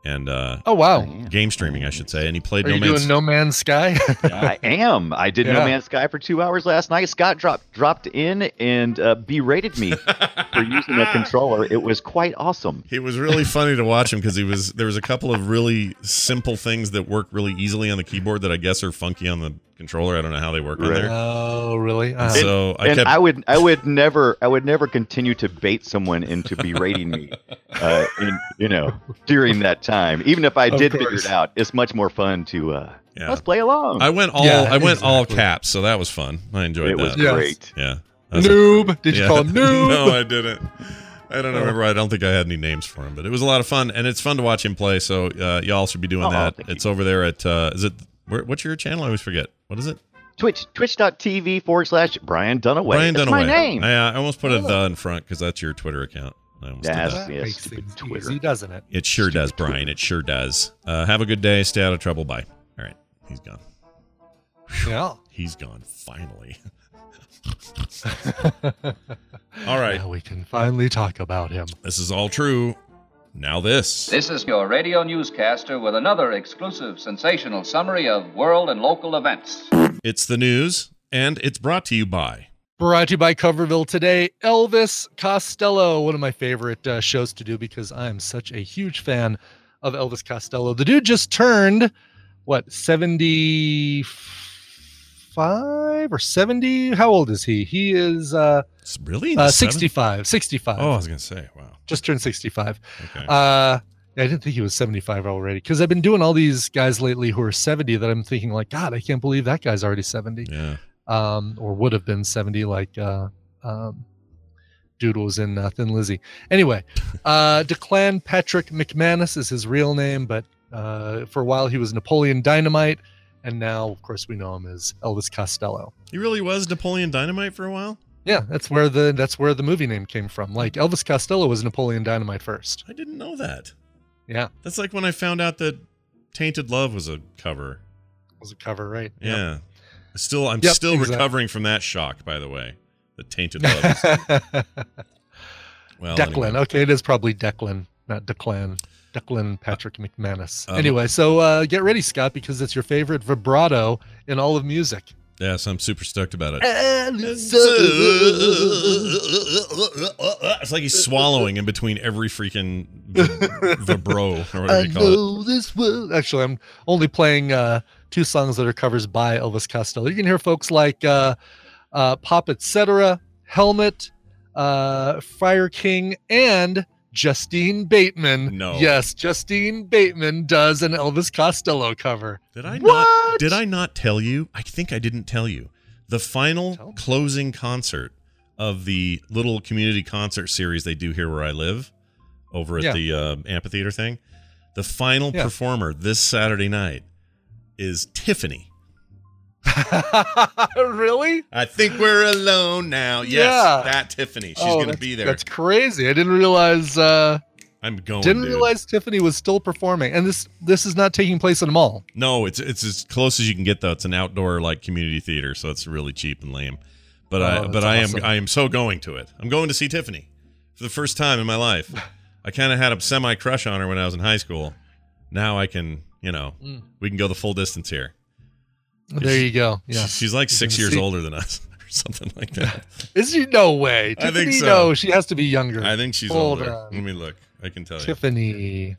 A: and uh,
B: Oh wow.
A: game streaming, I should say. And he played
B: Are
A: No
B: you
A: Man's
B: doing No Man's Sky?
E: I am. I did No
B: Yeah.
E: Man's Sky for two hours last night. Scott dropped dropped in and uh, berated me for
A: *laughs*
E: using a controller. It was quite awesome.
A: It was really funny to watch him because he was there was a couple of really simple things that work really easily on the keyboard that I guess are funky on the controller. I don't know how they work on
E: Right.
A: there.
B: oh really? Uh,
A: so I
E: and
A: kept
E: I would I would never I would never continue to bait someone into berating me, uh, in, you know, during that time. Even if I
B: Of
E: did figure it
B: course.
E: out, it's much more fun to uh,
A: Yeah.
E: let's play along.
A: I went all
B: Yeah,
A: I went all
B: exactly.
A: caps, so that was fun. I enjoyed
E: it was
A: that.
B: Yes.
E: great.
A: yeah. That's-
B: noob. Did
A: uh,
B: you
A: yeah. *laughs*
B: call him noob?
A: no, I didn't. I don't remember. I don't think I had any names for him, but it was a lot of fun, and it's fun to watch him play. So uh, y'all should be doing
E: Oh,
A: that.
E: thank you.
A: It's over there at uh, is it where, what's your channel? I always forget. What is it?
E: Twitch twitch.tv forward slash Brian Dunaway.
A: Brian
E: That's
A: Dunaway.
E: my name. Oh.
A: I, uh, I almost put a the in front because that's your Twitter account. I almost did
E: That's-
A: that.
B: That
E: Yeah,
B: makes
E: stupid
B: things
E: Twitter.
B: easy, doesn't it?
A: It sure does, Brian. It sure does. Uh, have a good day. Stay out of trouble. Bye. All right. He's gone.
B: Yeah.
A: He's gone. Finally. *laughs* All right.
B: Now we can finally talk about him.
A: This is all true. Now this.
H: This is your radio newscaster with another exclusive sensational summary of world and local events.
A: It's the news, and it's brought to you by.
B: Brought to you by Coverville today, Elvis Costello, one of my favorite uh, shows to do because I am such a huge fan of Elvis Costello. The dude just turned, what, 75 or 70? How old is he? He is uh,
A: It's really in
B: uh,
A: the seven-
B: 65. 65.
A: Oh, I was gonna say. Wow.
B: Just turned 65.
A: Okay.
B: Uh, I didn't think he was 75 already because I've been doing all these guys lately who are 70 that I'm thinking, like, God, I can't believe that guy's already 70
A: yeah.
B: um, or would have been 70 like uh, um, Doodles in uh, Thin Lizzy. Anyway, uh, Declan Patrick McManus is his real name, but uh, for a while he was Napoleon Dynamite, and now, of course, we know him as Elvis Costello.
A: He really was Napoleon Dynamite for a while.
B: Yeah, that's where the that's where the movie name came from. Like Elvis Costello was Napoleon Dynamite first.
A: I didn't know that.
B: Yeah,
A: That's like when I found out that Tainted Love was a cover.
B: was a cover, right?
A: Yeah. I Still, I'm
B: Yep,
A: still
B: exactly.
A: recovering from that shock. By the way, the Tainted Love.
B: *laughs*
A: is- well,
B: Declan.
A: anyway.
B: Okay, it is probably Declan, not Declan. Declan Patrick McManus.
A: Um,
B: anyway, so uh, get ready, Scott, because it's your favorite vibrato in all of music.
A: Yes, I'm super stoked about
B: Uh,
A: it.
B: It's
A: It's like he's swallowing in between every freaking vib- vibro or whatever
B: I
A: you call it.
B: know this world. Actually, I'm only playing uh, two songs that are covers by Elvis Costello. You can hear folks like uh, uh, Pop Etc., Helmet, uh, Friar King, and Justine Bateman.
A: No.
B: Yes, Justine Bateman does an Elvis Costello cover.
A: Did I not?
B: What?
A: Did I not tell you? I think I didn't tell you. The final
B: Tell me.
A: closing concert of the little community concert series they do here where I live, over at
B: Yeah.
A: the uh, amphitheater thing. The final
B: Yeah.
A: performer this Saturday night is Tiffany.
B: *laughs* really?
A: I think we're alone now. Yes,
B: Yeah.
A: that Tiffany. She's
B: Oh,
A: gonna
B: that's-
A: be there.
B: That's crazy. I didn't realize. Uh,
A: I'm going.
B: didn't
A: dude.
B: realize Tiffany was still performing, and this this is not taking place in a mall.
A: No, it's it's as close as you can get though. It's an outdoor like community theater, so it's really cheap and lame. But
B: Oh,
A: I
B: that's
A: but I
B: awesome.
A: am I am so going to it. I'm going to see Tiffany for the first time in my
B: *laughs*
A: life. I kind of had a semi crush on her when I was in high school. Now I can you know
B: Mm.
A: we can go the full distance here.
B: There you go. Yeah.
A: She's- she's like
B: You
A: six
B: can
A: years
B: see-
A: older than us *laughs* or something like
B: *laughs*
A: that.
B: Is she? No way.
A: I think
B: Tiffany,
A: so.
B: No, she has to be younger.
A: I think she's
B: Hold
A: older.
B: on.
A: Let me look. I can tell you.
B: Tiffany.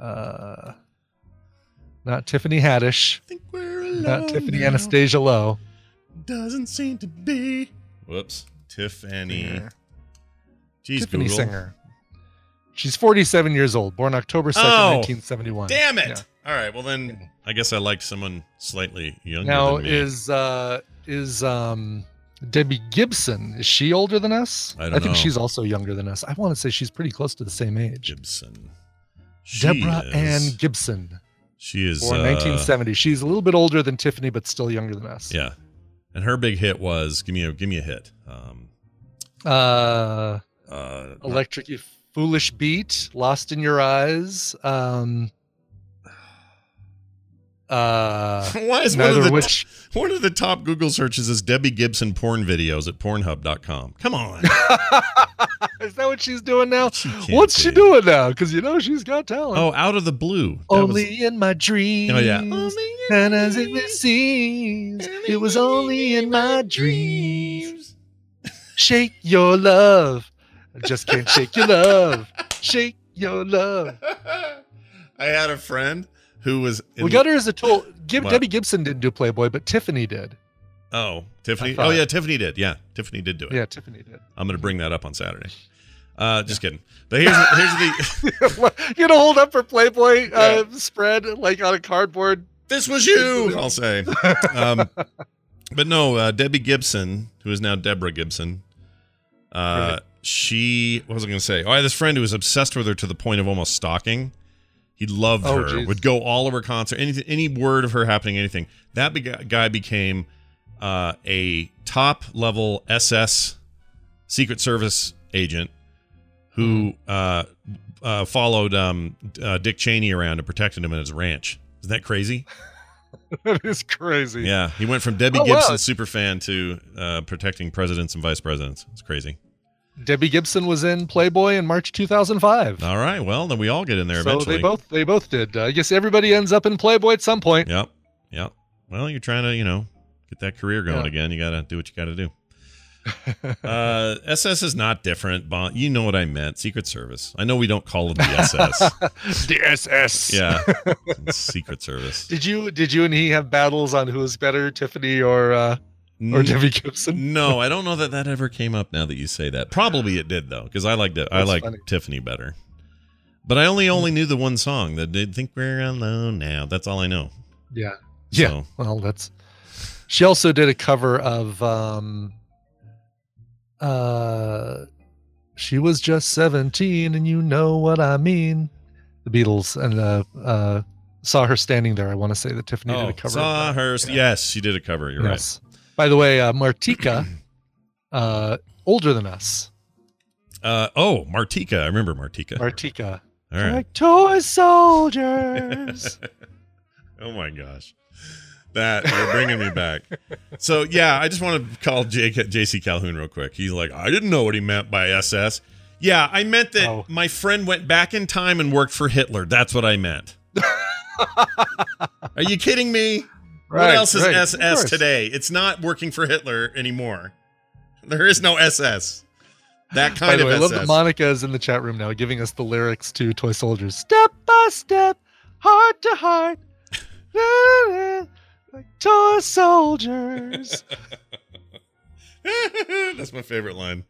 B: Uh, not Tiffany Haddish.
A: I think we're
B: Not
A: alone
B: Tiffany
A: now.
B: Anastasia Lowe.
A: Doesn't seem to be. Whoops. Tiffany.
B: Singer.
A: Jeez,
B: Tiffany
A: Google.
B: Singer. She's 47 years old, born October 2nd,
A: Oh,
B: 1971.
A: Damn it!
B: Yeah.
A: All right, well then, I guess I liked someone slightly younger
B: Now
A: than me.
B: is uh is um Debbie Gibson, is she older than us?
A: I don't
B: think
A: know.
B: she's also younger than us. I want to say she's pretty close to the same age.
A: Gibson. She
B: Deborah
A: is-
B: Ann Gibson,
A: She is.
B: born
A: uh,
B: 1970. She's a little bit older than Tiffany, but still younger than us.
A: Yeah, and her big hit was "Give Me a Give Me a Hit." Um,
B: Uh,
A: uh,
B: Electric You Foolish Beat, Lost in Your Eyes. Um, uh,
A: *laughs* why is one of
B: neither
A: the
B: of which.
A: one of the top Google searches is Debbie Gibson porn videos at Pornhub.com? Come
B: *laughs*
A: on,
B: Is that what she's doing now?
A: She can't
B: What's she
A: be.
B: doing now? Because you know she's got talent.
A: Oh, out of the blue. That
B: only
A: was-
B: in my dreams.
A: Oh yeah.
B: And as it seems, it was only in my dreams. Shake your love. I just can't shake your love. Shake your love.
A: *laughs* I had a friend who was. in-
B: We got her as a tool. Gib-
A: What?
B: Debbie Gibson didn't do Playboy, but Tiffany did.
A: Oh, Tiffany.
B: I thought-
A: Oh yeah, Tiffany did. Yeah, Tiffany did do it.
B: Yeah, Tiffany did. *laughs*
A: I'm gonna bring that up on Saturday. Uh, just kidding. But here's here's the.
B: What? you gonna hold up for Playboy uh, spread like on
A: *laughs*
B: a cardboard?
A: this was you. I'll say. Um, *laughs* but no, uh, Debbie Gibson, who is now Deborah Gibson. Uh, she what was I gonna say? Oh, I had this friend who was obsessed with her to the point of almost stalking. He loved
B: Oh,
A: her.
B: geez.
A: Would go all of her concert. Any any word of her happening, anything. That beg- guy became uh, a top level SS Secret Service agent who uh, uh, followed um, uh, Dick Cheney around and protected him in his ranch. Isn't that crazy?
B: that is crazy.
A: Yeah, he went from Debbie
B: Oh, wow.
A: Gibson super fan to uh, protecting presidents and vice presidents. It's crazy.
B: Debbie Gibson was in Playboy in March 2005.
A: All right, well then we all get in there
B: so
A: eventually.
B: they both they both did. Uh, I guess everybody ends up in Playboy at
A: *laughs*
B: some point.
A: Yep, yep. Well, you're trying to you know get that career going
B: Yeah.
A: again. You gotta do what you gotta
B: *laughs*
A: do. uh, SS is not different. Bon- you know what I meant. Secret Service. I know we don't call it the
B: *laughs*
A: SS.
B: the *laughs* SS.
A: yeah, it's Secret Service.
B: Did you did you and he have battles on who's better, Tiffany or uh, or
A: N-
B: Debbie Gibson?
A: No, I don't know that that ever came up. Now that you say that, probably it did though, because I like to, I
B: That's
A: like
B: funny.
A: Tiffany better. But I only only knew the one song that did think we're alone now. That's all I know.
B: Yeah. Yeah.
A: So,
B: Well, that's. She also did a cover of. um uh She was just seventeen, and you know what I mean. The Beatles and uh, uh saw her standing there. I want to say that Tiffany did
A: oh,
B: a cover.
A: saw
B: of that.
A: her.
B: Yeah.
A: Yes, she did a cover. You're
B: Yes. By the way, uh, Martika uh, older than us,
A: Uh, oh, Martika. I remember Martika.
B: Martika.
A: All right.
B: Like toy soldiers.
A: Oh my gosh. That you're bringing me back. So yeah, I just want to call J- JC Calhoun real quick. He's like, I didn't know what he meant by SS. Yeah, I meant that
B: Oh.
A: my friend went back in time and worked for Hitler. That's what I
B: *laughs*
A: meant. Are you kidding me? *laughs* what else is
B: right, of
A: SS
B: course.
A: today? It's not working for Hitler anymore. There is no SS. That
B: By
A: kind
B: the
A: of
B: way, I love
A: SS.
B: that Monica is in the chat room now, giving us the lyrics to Toy Soldiers. Step by step, heart to heart, *laughs* da-da-da, like toy *laughs* soldiers.
A: *laughs* That's my favorite line.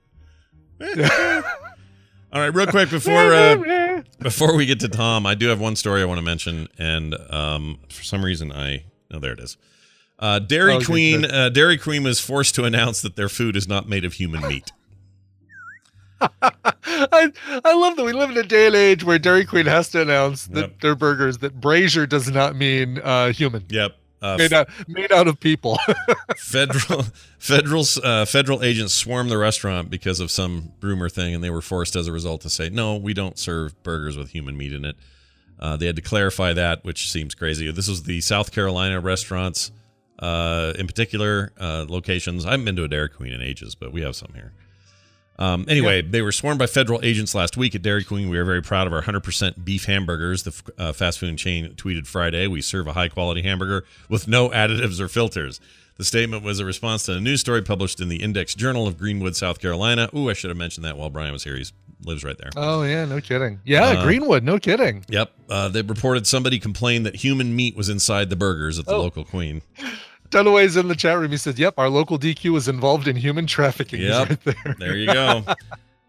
A: All right, real quick before
B: *laughs*
A: uh, before we get to Tom, I do have one story I want to mention, and um, for some reason I oh there it is. Uh, Dairy
B: Oh, good,
A: Queen
B: good.
A: uh, Dairy Queen was forced to announce that their food is not made of human meat.
B: I I love that we live in a day and age where Dairy Queen has to announce that
A: Yep.
B: their burgers that brazier does not mean uh, human.
A: Yep. Uh,
B: Made out, made out of people. *laughs*
A: federal federal uh, federal agents swarmed the restaurant because of some rumor thing, and they were forced as a result to say, "No, we don't serve burgers with human meat in it." Uh, they had to clarify that, which seems crazy. This was the South Carolina restaurants, uh, in particular uh, locations. I haven't been to a Dairy Queen in ages, but we have some here. Um, anyway, they were swarmed by federal agents last week at Dairy Queen. We are very proud of our 100% beef hamburgers. The f- uh, fast food chain tweeted Friday, "We serve a high quality hamburger with no additives or filters." The statement was a response to a news story published in the Index Journal of Greenwood, South Carolina. Ooh, I should have mentioned that while Brian was here. He lives right there.
B: oh yeah, no kidding. Yeah,
A: Uh,
B: Greenwood, no kidding.
A: Yep. Uh, they reported somebody complained that human meat was inside the burgers at the
B: Oh.
A: local Queen.
B: Dunaway's in the chat room. He says, "Yep, our local DQ was involved in human trafficking." He's
A: Yep.
B: right there.
A: There you go.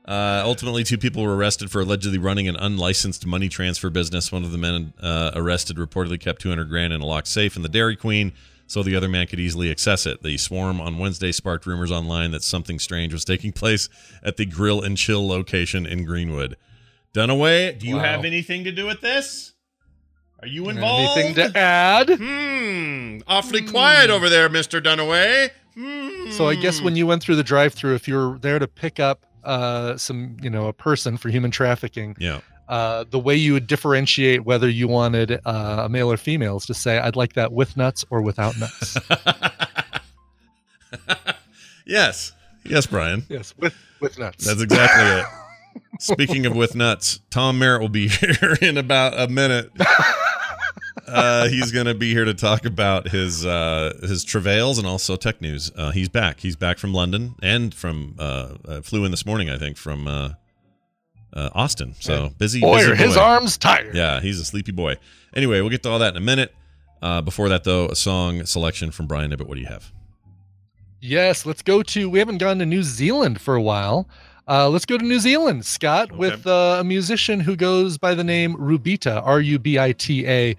A: Uh, ultimately, two people were arrested for allegedly running an unlicensed money transfer business. One of the men uh, arrested reportedly kept 200 grand in a locked safe in the Dairy Queen, so the other man could easily access it. The swarm on Wednesday sparked rumors online that something strange was taking place at the Grill and Chill location in Greenwood. Dunaway, do you
B: Wow.
A: have anything to do with this? Are you involved?
B: Anything to add?
A: Hmm. Awfully quiet over there, Mr. Dunaway. Hmm.
B: So I guess when you went through the drive-through, if you were there to pick up uh, some, you know, a person for human trafficking,
A: Yeah.
B: uh, the way you would differentiate whether you wanted uh, a male or female is to say, "I'd like that with nuts or without nuts."
A: *laughs* yes. Yes, Brian.
B: *laughs* yes, with with nuts.
A: That's exactly it. Speaking of with nuts, Tom Merritt will be *laughs* here in about a minute. Uh, he's going to be here to talk about his uh, his travails and also tech news. Uh, he's back. He's back from London and from uh, uh, flew in this morning, I think, from uh, uh, Austin. So busy.
B: Boy,
A: busy
B: are his
A: boy.
B: arms tired.
A: Yeah, he's a sleepy boy. Anyway, we'll get to all that in a minute. Uh, before that, though, a song selection from Brian Nibbett. What do you have?
B: Yes, let's go to. We haven't gone to New Zealand for a while. Uh, let's go to New Zealand, Scott,
A: Okay.
B: with uh, a musician who goes by the name Rubita, R U B I T A.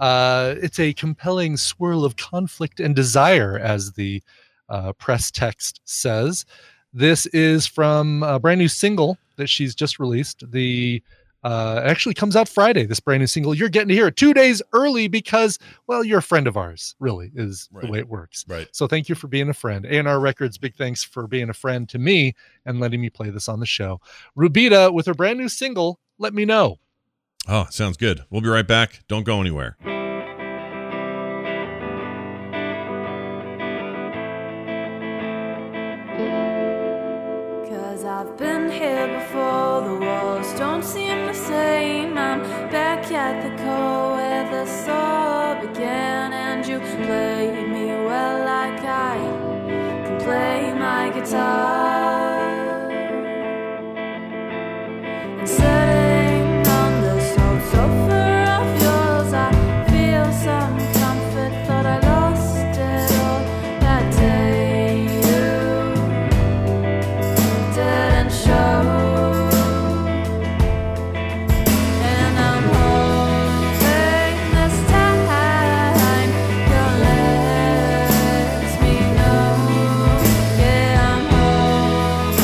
B: Uh, it's a compelling swirl of conflict and desire, as the uh, press text says. This is from a brand new single that she's just released. The uh, it actually comes out Friday. This brand new single. You're getting to hear it two days early because, well, you're a friend of ours. Really, is
A: Right.
B: the way it works.
A: Right.
B: So thank you for being a friend. A&R Records, big thanks for being a friend to me and letting me play this on the show. Rubita with her brand new single, Let Me Know.
A: Oh, sounds good. We'll be right back. Don't go anywhere.
I: Cause I've been here before, the walls don't seem the same. I'm back at the core where the saw began, and you play me well like I can play my guitar. And sitting on this old sofa of yours, I feel some comfort. Thought I lost it all that day. You didn't show. And I'm hoping this time you'll let me know. Yeah, I'm hoping.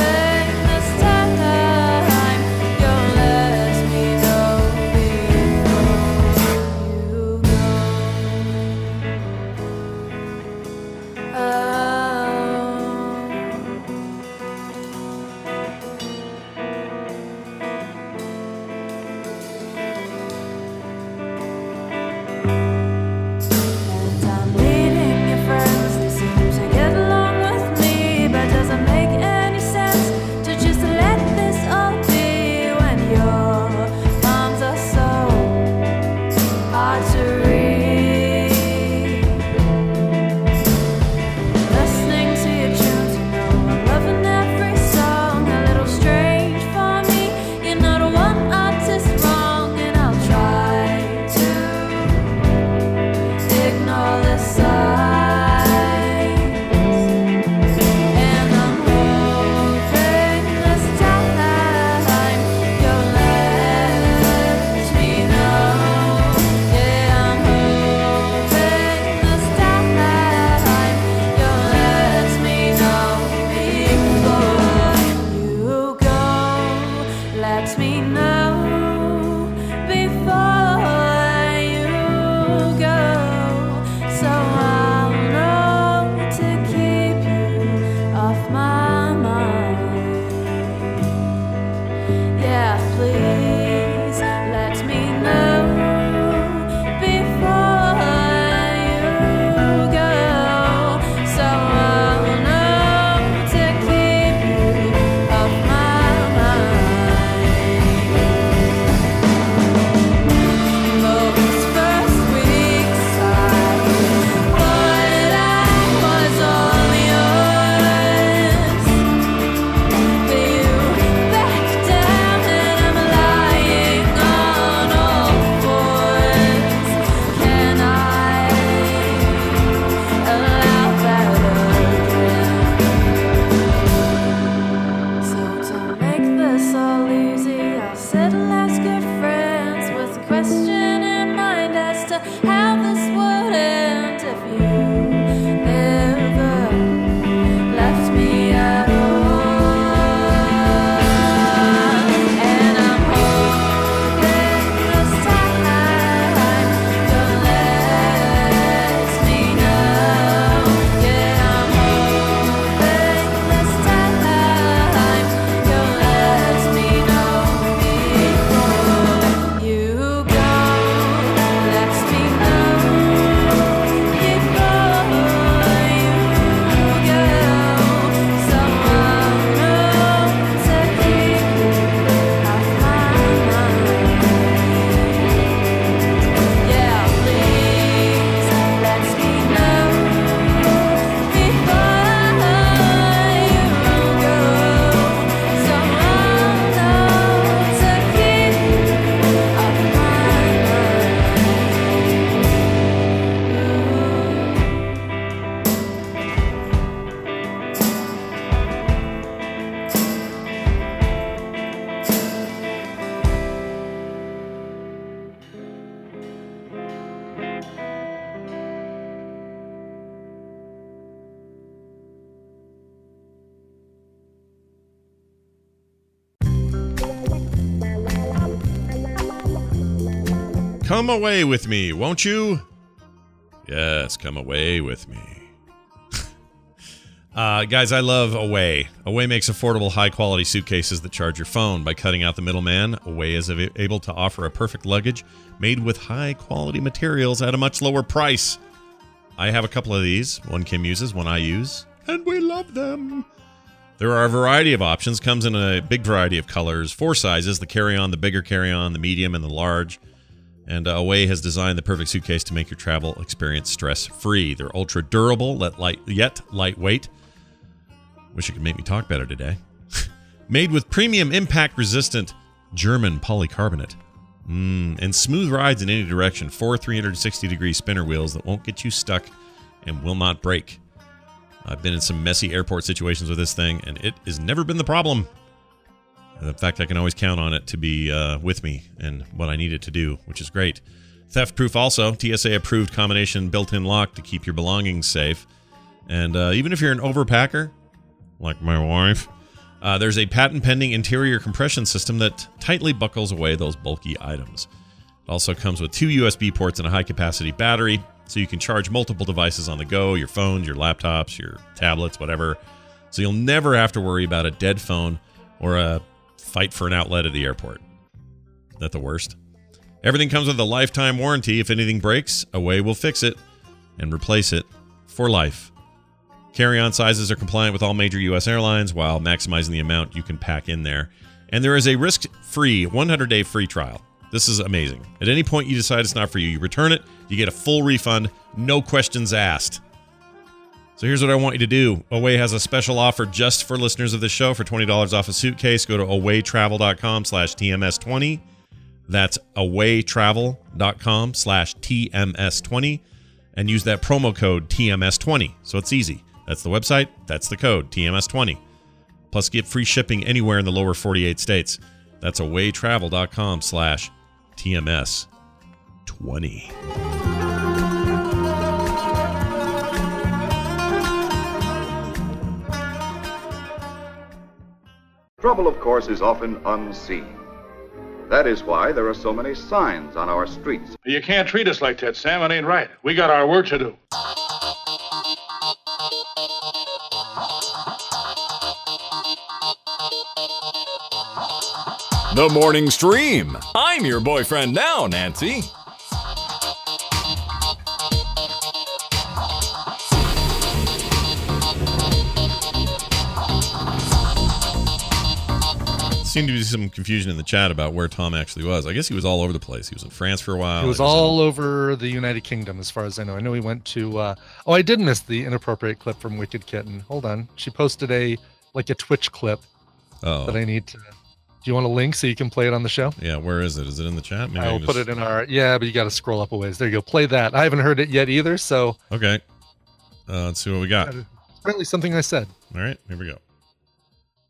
I: Oh.
A: Come away with me, won't you? Yes, come away with me. *laughs* Uh, guys, I love Away. Away makes affordable, high quality suitcases that charge your phone. By cutting out the middleman, Away is av- able to offer a perfect luggage made with high quality materials at a much lower price. I have a couple of these. One Kim uses, one I use, and we love them. There are a variety of options. Comes in a big variety of colors, four sizes the carry on, the bigger carry on, the medium, and the large. And uh, Away has designed the perfect suitcase to make your travel experience stress free. They're ultra durable, let light, yet lightweight. Wish it could make me talk better today. *laughs* Made with premium impact resistant German polycarbonate. Mm, and smooth rides in any direction. Four 360 degree spinner wheels that won't get you stuck and will not break. I've been in some messy airport situations with this thing, and it has never been the problem. And Uh, In fact, I can always count on it to be uh, with me and what I need it to do, which is great. Theft proof also, TSA approved combination built in lock to keep your belongings safe. And uh, even if you're an overpacker, like my wife, uh, there's a patent pending interior compression system that tightly buckles away those bulky items. It also comes with two USB ports and a high capacity battery, so you can charge multiple devices on the go your phones, your laptops, your tablets, whatever. So you'll never have to worry about a dead phone or a fight for an outlet at the airport. Is that the worst? Everything comes with a lifetime warranty. If anything breaks, Away will fix it and replace it for life. Carry on sizes are compliant with all major U.S. airlines while maximizing the amount you can pack in there. And there is a risk free 100 day free trial. This is amazing. At any point you decide it's not for you, you return it, you get a full refund, no questions asked. So here's what I want you to do. Away has a special offer just for listeners of this show for $20 off a suitcase. Go to awaytravel.com slash TMS20. That's awaytravel.com slash TMS20 and use that promo code TMS20. So it's easy. That's the website, that's the code TMS20. Plus get free shipping anywhere in the lower 48 states. That's awaytravel.com slash TMS20.
J: Trouble, of course, is often unseen. That is why there are so many signs on our streets.
K: You can't treat us like that, Sam. It ain't right. We got our work to do.
D: The Morning Stream. I'm your boyfriend now, Nancy.
A: Seemed to be some confusion in the chat about where Tom actually was. I guess he was all over the place. He was in France for a while.
B: It was
A: He in-
B: all over the United Kingdom, as far as I know. I know he went to. Uh, oh, I did miss the inappropriate clip from Wicked Kitten. Hold on, she posted a like a Twitch clip that
A: Oh,
B: I need to. Do you want a link so you can play it on the show?
A: yeah. Where is it? Is it in the chat? Maybe
B: I will
A: can
B: put
A: just-
B: it in our. Yeah, but you got to scroll up a ways. There you go. Play that. I haven't heard it yet either. So
A: Okay. Uh, let's see what we got.
B: uh, apparently something I said.
A: All right, here we go.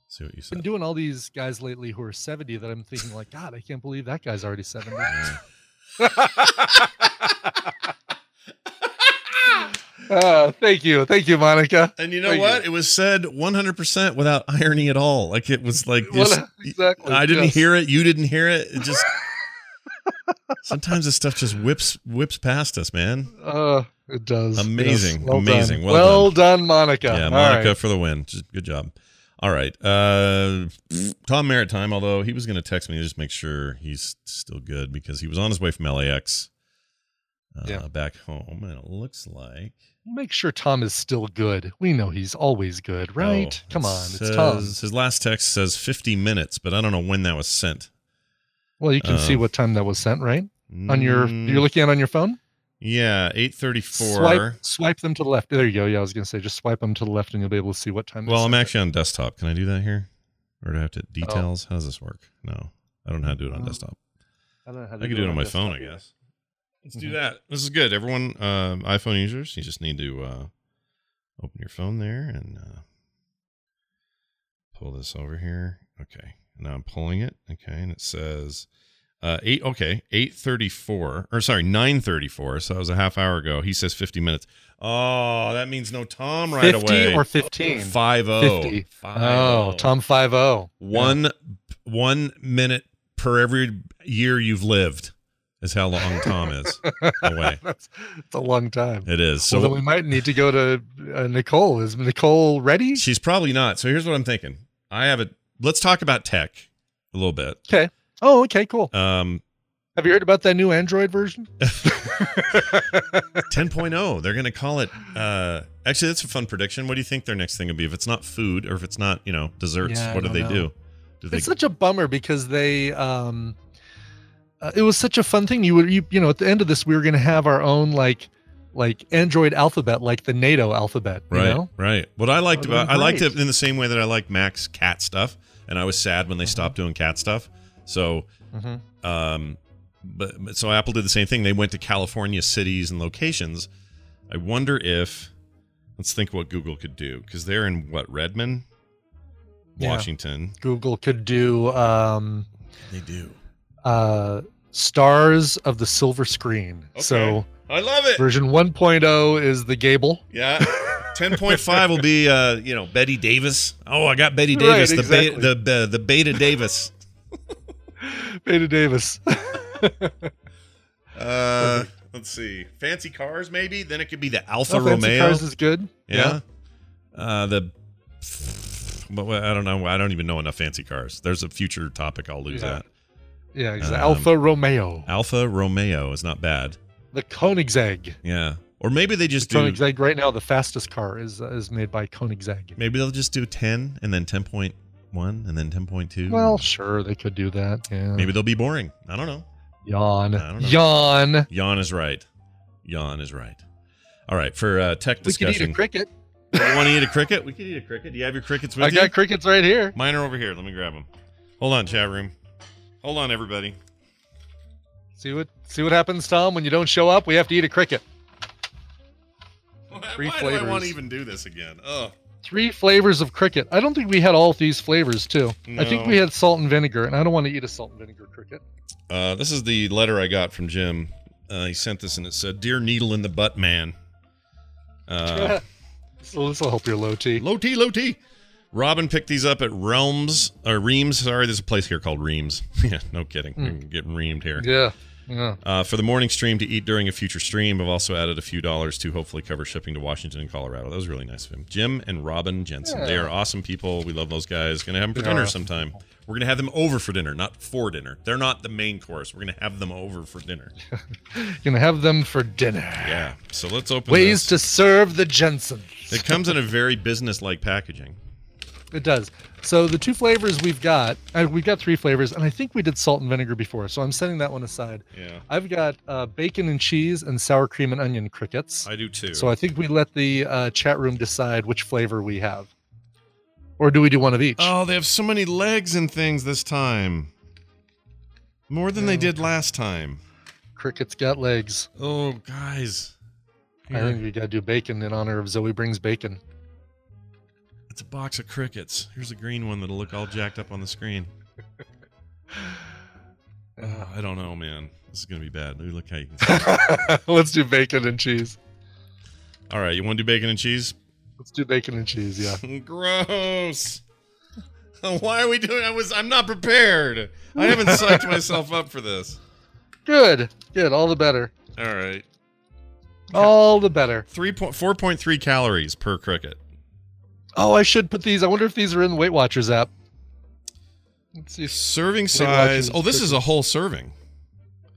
A: See what you
B: I've been
A: said.
B: doing all these guys lately who are seventy that I'm thinking like, God, I can't believe that guy's already seventy. *laughs* Uh, thank you, thank you, Monica.
A: And you know
B: Thank
A: what? It was said 100% without irony at all. Like it was like
B: Well,
A: just-
B: exactly.
A: I didn't
B: yes.
A: hear it, you didn't hear it. It
B: *laughs*
A: just Sometimes this stuff just whips whips past us, man.
B: Uh, it does. Yes,
A: Amazing, amazing.
B: Done.
A: Well
B: Well, done. Monica.
A: Yeah,
B: All
A: Monica
B: right.
A: for the win. Just, good job. All right. Uh Tom Merritt time, although he was going to text me to just make sure he's still good because he was on his way from LAX uh,
B: Yeah.
A: back home and it looks like
B: Make sure Tom is still good. We know he's always good, right?
A: Oh,
B: Come
A: it
B: on, it's
A: says-
B: Tom.
A: His last text says 50 minutes, but I don't know when that was sent.
B: Well, you can see
A: uh,
B: what time that was sent, right? On your,
A: Mm,
B: you're looking at it on your phone.
A: yeah, 8:34.
B: Swipe, swipe them to the left. There you go. Yeah, I was gonna say, just swipe them to the left, and you'll be able to see what time. they
A: Well, I'm
B: sent it.
A: actually on desktop. Can I do that here, or do I have
B: Oh.
A: to details? How does this work? No, I don't know how to do it on
B: Um,
A: desktop.
B: I, don't know how
A: I
B: to
A: can do it on my
B: desktop
A: phone, I
B: yet.
A: guess. Let's do
B: Mhm.
A: that. This is good. Everyone, uh, iPhone users, you just need to uh, open your phone there and uh, pull this over here. Okay. Now I'm pulling it. Okay, and it says uh, eight. Okay, eight thirty-four, or sorry, nine thirty-four. So that was a half hour ago. He says fifty minutes. Oh, that means no Tom right
B: 50
A: away.
B: or 15?
A: Five oh.
B: 50.
A: Five
B: Oh, Tom five zero.
A: One one minute per every year you've lived is how long Tom
B: *laughs*
A: is *laughs* away.
B: *laughs* That's it's a long time.
A: It is. So
B: well, then we might need to go to uh, Nicole. Is Nicole ready?
A: She's probably not. So here's what I'm thinking. I have a let's talk about tech a little bit.
B: Okay. Oh, okay, cool. *laughs*
A: Um
B: Have you heard about that new Android version?
A: 10.0. oh, They're going to call it uh actually that's a fun prediction. What do you think their next thing would be if it's not food or if it's not, you know, desserts?
B: Yeah, I
A: what do
B: don't
A: they
B: know.
A: do? Do they
B: it's such a bummer because they um uh, it was such a fun thing you would you, you know at the end of this we were going to have our own like like android alphabet like the nato alphabet
A: Right,
B: you know
A: right. What I liked
B: That would've
A: about I
B: been
A: liked
B: great.
A: it in the same way that I liked Mac's cat stuff, and I was sad when they
B: Uh-huh.
A: stopped doing cat stuff. So,
B: Mhm.
A: um, but, but so Apple did the same thing. They went to California cities and locations. I wonder if let's think what Google could do because they're in what Redmond,
B: Yeah.
A: Washington.
B: google could do um
A: They do.
B: uh stars of the silver screen so
A: I love it.
B: version 1.0 is the gable *laughs*
A: Yeah. 10.5 will be uh, you know, Betty Davis. Oh, I got Betty Davis,
B: Right,
A: the,
B: exactly.
A: ba- the, the the Beta
B: *laughs*
A: Davis.
B: beta davis *laughs*
A: Uh, let's see. Fancy cars, maybe. Then it could be the Alfa
B: Oh, Fancy
A: Romeo.
B: Cars is good
A: yeah. Uh, the. But well, I don't know. I don't even know enough fancy cars. There's a future topic. I'll lose
B: Yeah.
A: that.
B: yeah, yeah
A: Um,
B: alpha romeo
A: Alfa Romeo is not bad.
B: the koenigsegg
A: Yeah. Or maybe they just do.
B: koenigsegg right now the fastest car is is made by koenigsegg
A: Maybe they'll just do 10 and then 10.1 and then 10.2.
B: well sure they could do that yeah
A: maybe they'll be boring. I don't know.
B: Yawn.
A: I don't know.
B: Yawn.
A: Yawn is right. Yawn is right. All right. For uh, tech
B: We could eat
A: discussion.
B: a cricket.
A: you want to eat a cricket? We could eat a cricket. Do you have your crickets with
B: I
A: you?
B: got crickets right here.
A: Mine are over here. Let me grab them. Hold on, chat room. Hold on, everybody.
B: See what see what happens, Tom, when you don't show up. We have to eat a cricket.
A: *laughs*
B: Three
A: Why do I
B: flavors.
A: want to even do this again? Oh,
B: Three flavors of cricket. I don't think we had all these flavors too. I think
A: No.
B: we had salt and vinegar, and I don't want to eat a salt and vinegar cricket.
A: uh, this is the letter I got from Jim. Uh, he sent this, and it said, "Dear Needle in the Butt Man." Uh,
B: so this will help your low
A: *laughs*
B: T.
A: low T, low T. Robin picked these up at Realms or Reams. Sorry, there's a place here called Reams. *laughs* yeah, no kidding. I'm getting reamed here.
B: Yeah. Yeah.
A: Uh, for the morning stream to eat during a future stream, I've also added a few dollars to hopefully cover shipping to Washington and Colorado. That was really nice of him. Jim and Robin Jensen. They
B: Yeah.
A: are awesome people. We love those guys. Gonna have them for
B: They are
A: dinner
B: awesome
A: sometime. We're gonna have them over for dinner, not for dinner. They're not the main course. We're gonna have them over for
B: *laughs*
A: dinner.
B: Gonna have them for dinner.
A: Yeah. So let's open
B: Ways to
A: this.
B: serve the Jensen.
A: It comes in a very business like packaging.
B: It does. So the two flavors we've got, uh, we've got three flavors, and I think we did salt and vinegar before, so I'm setting that one aside.
A: Yeah.
B: I've got uh, bacon and cheese and sour cream and onion crickets.
A: I do too.
B: So I think we let the uh, chat room decide which flavor we have, or do we do one of each?
A: Oh, they have so many legs and things this time. More than they did last time.
B: Crickets got legs.
A: Oh, guys.
B: I think we gotta do bacon in honor of Zoe brings bacon. *laughs*
A: It's a box of crickets. Here's a green one that'll look all jacked up on the
B: *laughs*
A: screen. Uh, I don't know, man. This is gonna be bad. Let me look how you can.
B: *laughs*
A: See.
B: Let's do bacon and cheese.
A: all right, you want to do bacon and cheese?
B: Let's do bacon and cheese.
A: *laughs*
B: Yeah.
A: Gross. *laughs* Why are we doing? I was. I'm not prepared. I haven't *laughs* psyched myself up for this.
B: Good. Good. All the better.
A: All right.
B: All the better.
A: Three point four point three calories per cricket.
B: Oh, I should put these. I wonder if these are in the Weight Watchers app. Let's see. if-
A: Serving
B: Watchers
A: size. Oh, this is a whole serving.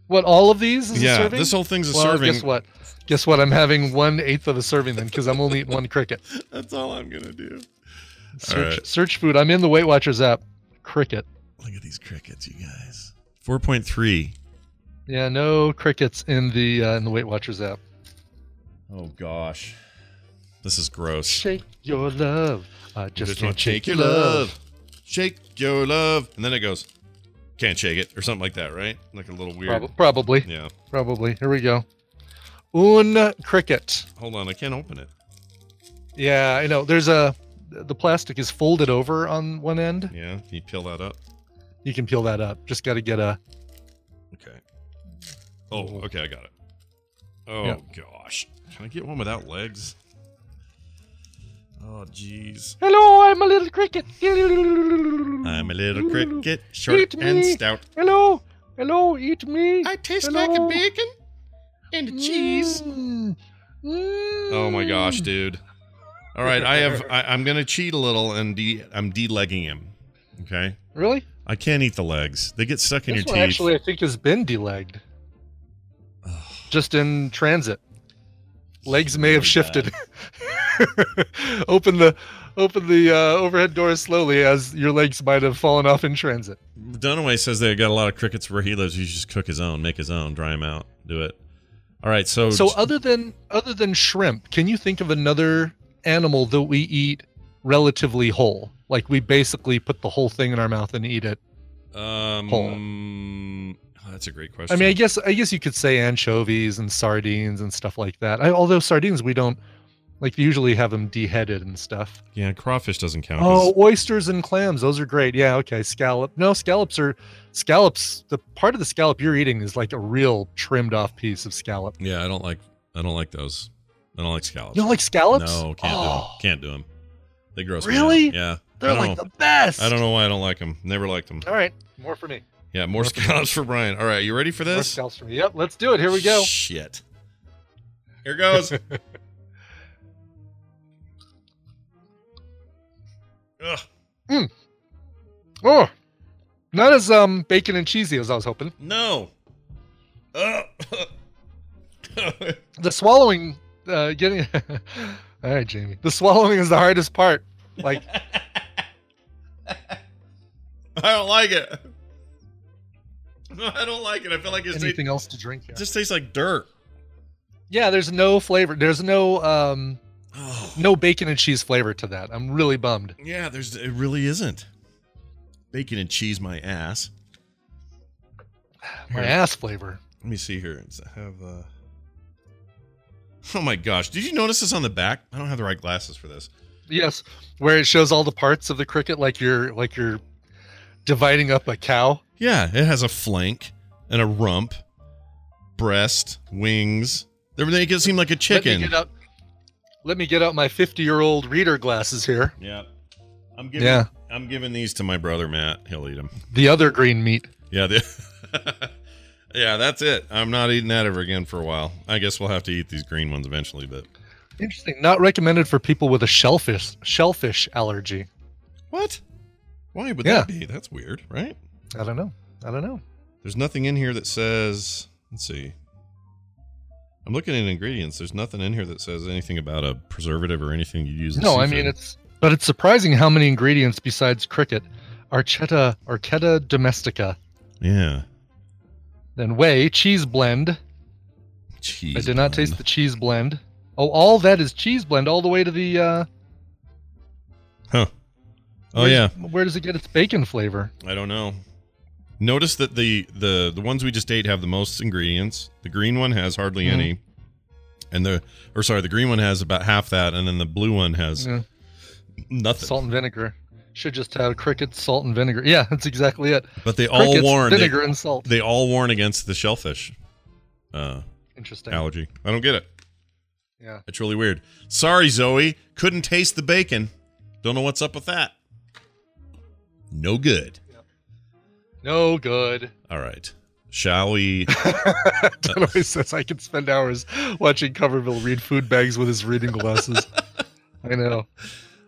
B: What all of these? Is
A: yeah,
B: a serving?
A: this whole thing's a
B: well,
A: serving.
B: Guess what? Guess what? I'm having one eighth of a serving then, because I'm only eating
A: *laughs*
B: one cricket.
A: That's all I'm gonna do.
B: Search,
A: right.
B: search food. I'm in the Weight Watchers app. Cricket.
A: Look at these crickets, you guys. Four point three.
B: Yeah, no crickets in the uh, in the Weight Watchers app.
A: Oh gosh. This is gross.
B: Shake your love. I just,
A: Just
B: can't
A: wanna
B: shake your love.
A: Shake your love. And then it goes, can't shake it, or something like that, right? Like a little weird.
B: Prob- probably.
A: Yeah.
B: Probably. Here we go. Un cricket.
A: Hold on, I can't open it.
B: Yeah, I know. There's a the plastic is folded over on one end.
A: Yeah. Can you peel that up?
B: You can peel that up. Just got to get a
A: Okay. Oh, okay, I got it. Oh
B: Yeah.
A: gosh. Can I get one without legs? Oh jeez.
G: Hello, I'm a little cricket.
A: I'm a little
G: cricket,
A: cricket, short
G: Eat
A: and
G: me.
A: stout.
G: Hello,
B: Hello, eat me.
L: I taste
B: Hello. Mm.
L: like a bacon and a cheese.
A: Oh my gosh, dude! All right, I have. I, I'm gonna cheat a little, and de- I'm de-legging him. Okay.
B: Really?
A: I can't eat the legs. They get stuck in
B: This
A: your
B: one
A: teeth.
B: actually, I think, has been delegged. Just in transit. Legs may have shifted. *laughs* open the open the uh, overhead door slowly, as your legs might have fallen off in transit.
A: *laughs* Dunaway says they got a lot of crickets where he lives. You should just cook his own, make his own, dry him out, do it. All right, so
B: So, other than other than shrimp, can you think of another animal that we eat relatively whole? Like we basically put the whole thing in our mouth and eat it.
A: um, oh, that's a great question.
B: I mean, I guess I guess you could say anchovies and sardines and stuff like that. I, although sardines, we don't like. They usually have them deheaded and stuff.
A: yeah, crawfish doesn't count. 'cause-
B: Oh, oysters and clams. Those are great. Yeah. Okay. Scallop. No, scallops are scallops. The part of the scallop you're eating is like a real trimmed off piece of scallop.
A: yeah, I don't like. I don't like those. I don't like scallops.
B: You don't like scallops?
A: No, can't
B: Oh.
A: do them. Can't do them. They gross me
B: Really?
A: out. Yeah,
B: They're
A: I don't
B: like
A: know.
B: the best.
A: I don't know why I don't like them. Never liked them.
B: All right. More for me.
A: Yeah, more scallops for Brian. All right, you ready for
B: More
A: this?
B: scallops for me. Yep. Let's do it. Here we go.
A: Shit. Here
B: *laughs*
A: goes. Ugh.
B: Mm. Oh, not as um bacon and cheesy as I was hoping.
A: No.
B: *laughs*
A: Ugh. *laughs*
B: The swallowing, uh, getting. *laughs* All right, Jamie. The swallowing is the hardest part. Like,
A: *laughs* I don't like it. *laughs* I don't like it. I feel like it's
B: Anything else to drink here?
A: It just tastes like dirt.
B: yeah, there's no flavor. There's no um,
A: Oh.
B: no bacon and cheese flavor to that. I'm really bummed.
A: *sighs* Yeah, there's it really isn't. Bacon and cheese my ass.
B: My
A: Here.
B: ass flavor.
A: Let me see here. It's- I have uh Oh my gosh. Did you notice this on the back? I don't have the right glasses for this.
B: Yes, where it shows all the parts of the cricket, like you're like you're dividing up a cow.
A: Yeah, it has a flank and a rump, breast, wings. They're making it seem like a
B: Let me
A: chicken.
B: get out. Let me get out my 50 year old reader glasses here.
A: Yeah. I'm giving
B: Yeah.
A: I'm giving these to my brother Matt. He'll eat them.
B: The other green meat.
A: Yeah, the- *laughs* Yeah, that's it. Um, I'm not eating that ever again for a while. I guess we'll have to eat these green ones eventually, but
B: Interesting. Not recommended for people with a shellfish shellfish allergy.
A: What? Why would
B: Yeah.
A: that be? That's weird, right?
B: I don't know. I don't know.
A: There's nothing in here that says. Let's see. I'm looking at ingredients. There's nothing in here that says anything about a preservative or anything you use. in
B: No, I
A: seafood.
B: mean it's but it's surprising how many ingredients besides cricket, archetta, archetta domestica,
A: Yeah.
B: then whey, cheese blend.
A: Cheese.
B: I did not taste the cheese blend. Oh, all that is cheese blend all the way to the uh
A: Huh. Oh
B: where's-
A: yeah.
B: Where does it get its bacon flavor?
A: I don't know. Notice that the the the ones we just ate have the most ingredients. The green one has hardly
B: Mhm.
A: any, and the or sorry, the green one has about half that, and then the blue one has
B: Yeah.
A: nothing.
B: Salt and vinegar. Should just have cricket, salt and vinegar. Yeah, that's exactly it.
A: But they all
B: Crickets,
A: warn
B: vinegar
A: they,
B: and salt.
A: They all warn against the shellfish uh,
B: Interesting.
A: allergy. I don't get it.
B: Yeah.
A: It's really weird. Sorry, Zoe. Couldn't taste the bacon. Don't know what's up with that. No good.
B: No good.
A: All right. Shall we?
B: Dunaway says I could spend hours watching Coverville read food bags with his reading glasses. I know.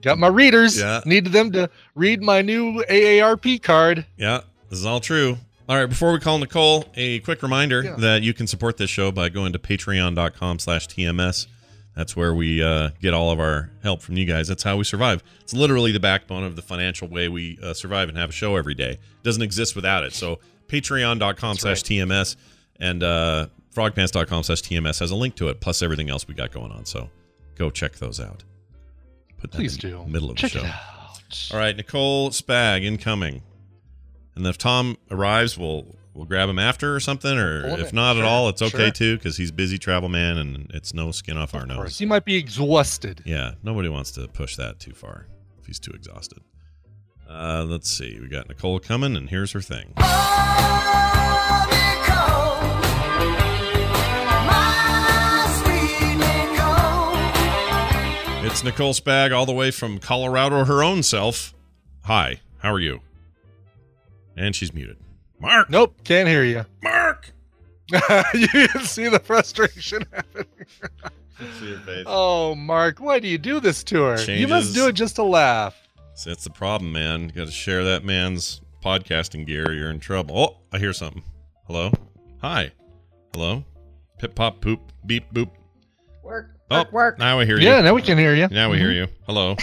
B: Got my readers.
A: Yeah.
B: Needed them to read my new AARP card.
A: Yeah, this is all true. All right, before we call Nicole, a quick reminder
B: Yeah.
A: that you can support this show by going to patreon.com slash TMS. That's where we uh, get all of our help from you guys. That's how we survive. It's literally the backbone of the financial way we uh, survive and have a show every day. It doesn't exist without it. So patreon.com slash TMS and uh, frogpants.com slash TMS has a link to it, plus everything else we got going on. So go check those out. Put that
B: Please
A: in
B: do.
A: the middle of
B: Check
A: the
B: it
A: show. All right, Nicole Spag incoming. And if Tom arrives, we'll we'll grab him after or something, or
B: Hold
A: if
B: it.
A: not at
B: Sure,
A: all, it's okay
B: sure.
A: too because he's busy travel man and it's no skin off our
B: Of
A: nose.
B: course. You might be exhausted.
A: Yeah, nobody wants to push that too far if he's too exhausted. Uh, let's see, we got Nicole coming, and here's her thing. It's Nicole Spag all the way from Colorado, her own self. Hi, how are you? And she's muted. Mark.
B: Nope, can't hear you.
A: Mark.
B: *laughs* you can see the frustration *laughs* happening.
A: See your face.
B: Oh, Mark, why do you do this to her? You
A: Changes.
B: must do it just to laugh.
A: See, that's the problem, man. You got to share that man's podcasting gear. You're in trouble. Oh, I hear something. Hello. Hi. Hello. Pip pop poop beep boop.
M: Work,
A: Oh,
M: work, *laughs* work.
A: now I hear you.
B: Yeah, now we can hear you.
A: Now we hear you. Hello.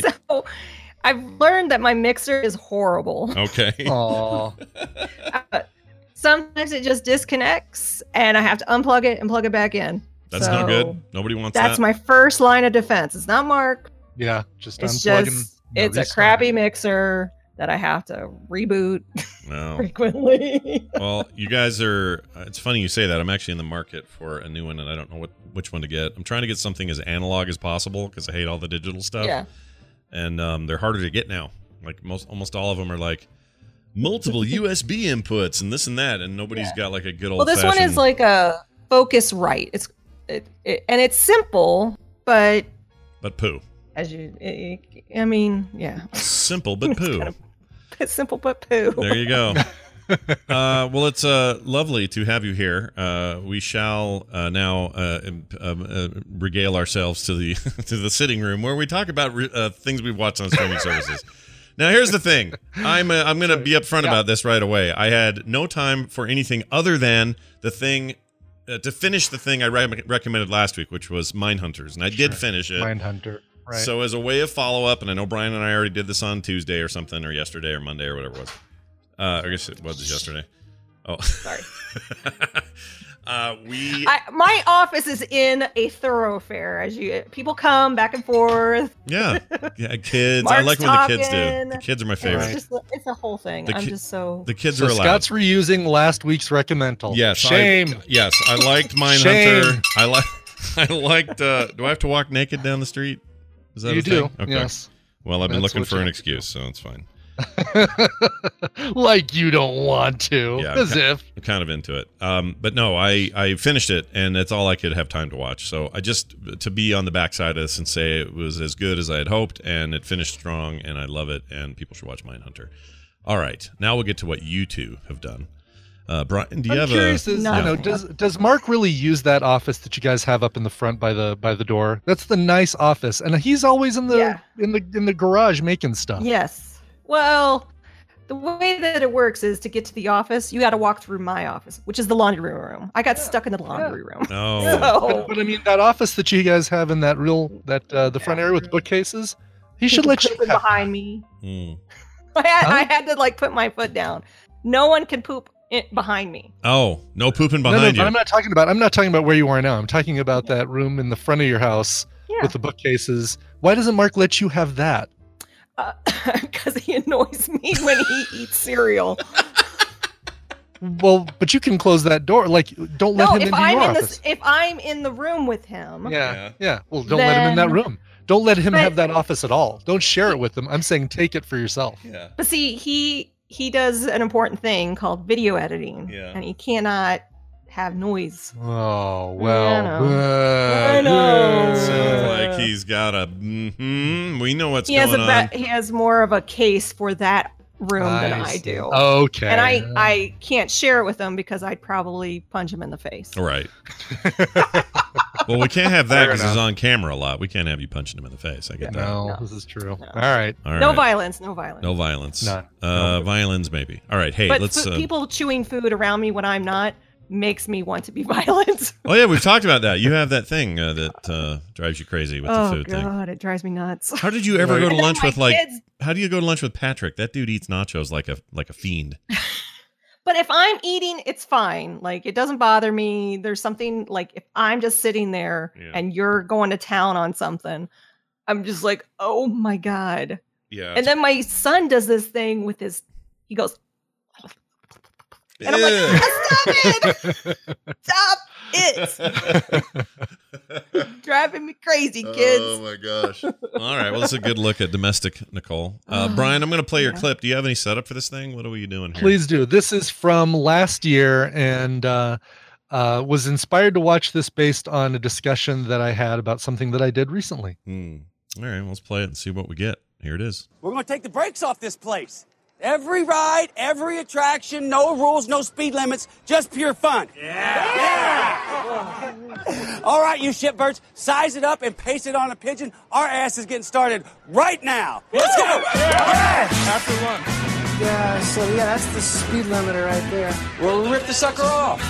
M: So I've learned that my mixer
A: *laughs*
M: is horrible. Uh,
A: Okay.
B: Oh, Aw.
M: Sometimes it just disconnects and I have to unplug it and plug it back in.
A: That's
M: So
A: no good. Nobody wants
M: That's
A: that.
M: my first line of defense. It's not Mark.
B: Yeah, just
M: It's
B: unplugging.
M: just
B: No,
M: it's a
B: restart.
M: crappy mixer that I have to reboot
A: no.
M: *laughs* frequently.
A: well, you guys are. uh, It's funny you say that. I'm actually in the market for a new one, and I don't know what which one to get. I'm trying to get something as analog as possible because I hate all the digital stuff.
M: Yeah.
A: And um, they're harder to get now. Like most, almost all of them are like multiple *laughs* USB inputs and this and that, and nobody's got like a good old.
M: well, this one is
A: fashioned-
M: like a focus right. It's it, it, and it's simple, but
A: but poo,
M: as you, I mean, yeah, *laughs*
A: simple but poo.
M: it's simple but poo.
A: *laughs* There you go. uh, well, it's uh, lovely to have you here. Uh, we shall uh, now uh, um, um, uh, regale ourselves to the *laughs* to the sitting room where we talk about re- uh, things we've watched on streaming services. Now, here's the thing. I'm uh, I'm going to be upfront about this right away. I had no time for anything other than the thing. Uh, to finish the thing I re- recommended last week, which was Mindhunters, and I did finish it.
B: Mindhunter. Right.
A: So as a way of follow up, and I know Brian and I already did this on Tuesday or something, or yesterday or Monday or whatever it was. Uh, I guess it was yesterday. Oh,
M: sorry.
A: *laughs* uh, we
M: I, my office is in a thoroughfare. As you people come back and forth.
A: yeah yeah kids. I like
M: Mark's
A: when the kids do.
M: talking.
A: The kids are my
M: It's
A: favorite.
M: just- it's a whole thing.
A: The
M: I'm
A: ki-
M: just so.
A: the kids
B: So
A: are allowed.
B: Scott's reusing last week's recommendal.
A: Yes, I-
B: shame.
A: yes, I liked Mindhunter.
B: Shame.
A: I like. *laughs* I liked. Uh, do I have to walk naked down the street? Is that
B: You
A: a thing?
B: do, yes.
A: Well, I've been
B: That's
A: looking
B: what
A: for
B: you
A: an
B: have
A: excuse, so it's fine.
B: *laughs* like you don't want to.
A: Yeah,
B: As
A: I'm, ki-
B: if.
A: I'm kind of into it. Um, but no, I I finished it, and that's all I could have time to watch. So I just to be on the backside of this and say it was as good as I had hoped, and it finished strong, and I love it, and people should watch Mindhunter. All right, now we'll get to what you two have done. Uh, Brian, do you
B: I'm
A: have
B: curious
A: a?
B: as, you know, does does Mark really use that office that you guys have up in the front by the by the door? That's the nice office, and he's always in the in the in the garage making stuff.
M: Yes. Well, the way that it works is to get to the office, you got to walk through my office, which is the laundry room. I got stuck in the laundry room.
A: Oh,
M: *laughs* So-
B: But, but I mean that office that you guys have in that real that uh, the front area with bookcases. He should let you
M: pooping
B: have.
M: behind me.
A: Hmm.
M: *laughs* I had, I had to like put my foot down. No one can poop in, behind me.
A: Oh, no pooping
B: No, no,
A: behind
B: but I'm
A: you.
B: not talking about. I'm not talking about where you are now. I'm talking about that room in the front of your house with the bookcases. Why doesn't Mark let you have that?
M: *laughs* because uh, he annoys me when
A: *laughs*
M: he eats cereal.
B: Well, but you can close that door. Like, don't let
M: Mm. no,
B: him
M: if
B: into
M: I'm
B: your
M: in
B: office.
M: this, if I'm in the room with him,
B: yeah, yeah, Well, don't let him in that
M: Then-
B: room. Don't let him
M: But-
B: have that office at all. Don't share it with him. I'm saying take it for yourself.
A: Yeah.
M: But see, he he does an important thing called video editing,
B: Yeah.
M: and he cannot have noise.
B: Oh well.
M: know.
B: uh,
M: I know.
A: Sounds like he's got a. hmm we know what's
M: he
A: going
M: has a
A: on.
M: ba- he has more of a case for that room than
A: I
M: I
A: see.
M: do.
A: Okay.
M: and I I can't share it with him because I'd probably punch him in the face.
A: All
B: *laughs*
A: right. well, we can't have that
B: Fair
A: because he's
B: enough.
A: on camera a lot. We can't have you punching him in the face. I get that.
B: No, this is true. All right.
A: All right.
M: No violence, no violence.
A: No violence.
B: None.
A: Uh, Violins, maybe. All right. Hey,
M: but
A: let's.
M: food-
A: Uh,
M: people chewing food around me when I'm not makes me want to be *laughs* violent.
A: oh yeah, we've talked about that. You have that thing uh, that uh, drives you crazy with
M: oh
A: the food thing.
M: god, it drives me nuts. *laughs*
A: How did you ever go to
M: And then
A: lunch
M: my
A: with like?
M: kids-
A: How do you go to lunch with Patrick? That dude eats nachos like a like a fiend.
M: But if I'm eating, it's fine. Like it doesn't bother me. There's something like if I'm just sitting there
A: Yeah.
M: and you're going to town on something, I'm just like, oh my god.
A: Yeah.
M: And then my son does this thing with his. He goes, and I'm like, "Ah,
A: *laughs*
M: stop it, stop
B: *laughs*
M: *laughs* it, driving me crazy, kids.
A: Oh, my gosh. *laughs* All right. Well, that's a good look at domestic Nicole. Uh, Brian, I'm going to play your
M: Oh, Yeah.
A: clip. Do you have any setup for this thing? What are you doing here?
B: Please do. This is from last year and uh, uh, was inspired to watch this based on a discussion that I had about something that I did recently.
A: Hmm. All right. Let's play it and see what we get. Here it is.
N: We're going to take the brakes off this place. Every ride, every attraction, no rules, no speed limits, just pure fun. Yeah! All right, you shitbirds, size it up and paste it on a pigeon. Our ass is getting started right now. Let's go!
O: After lunch. Yeah, so yeah, that's the speed limiter right there.
N: We'll rip the sucker off.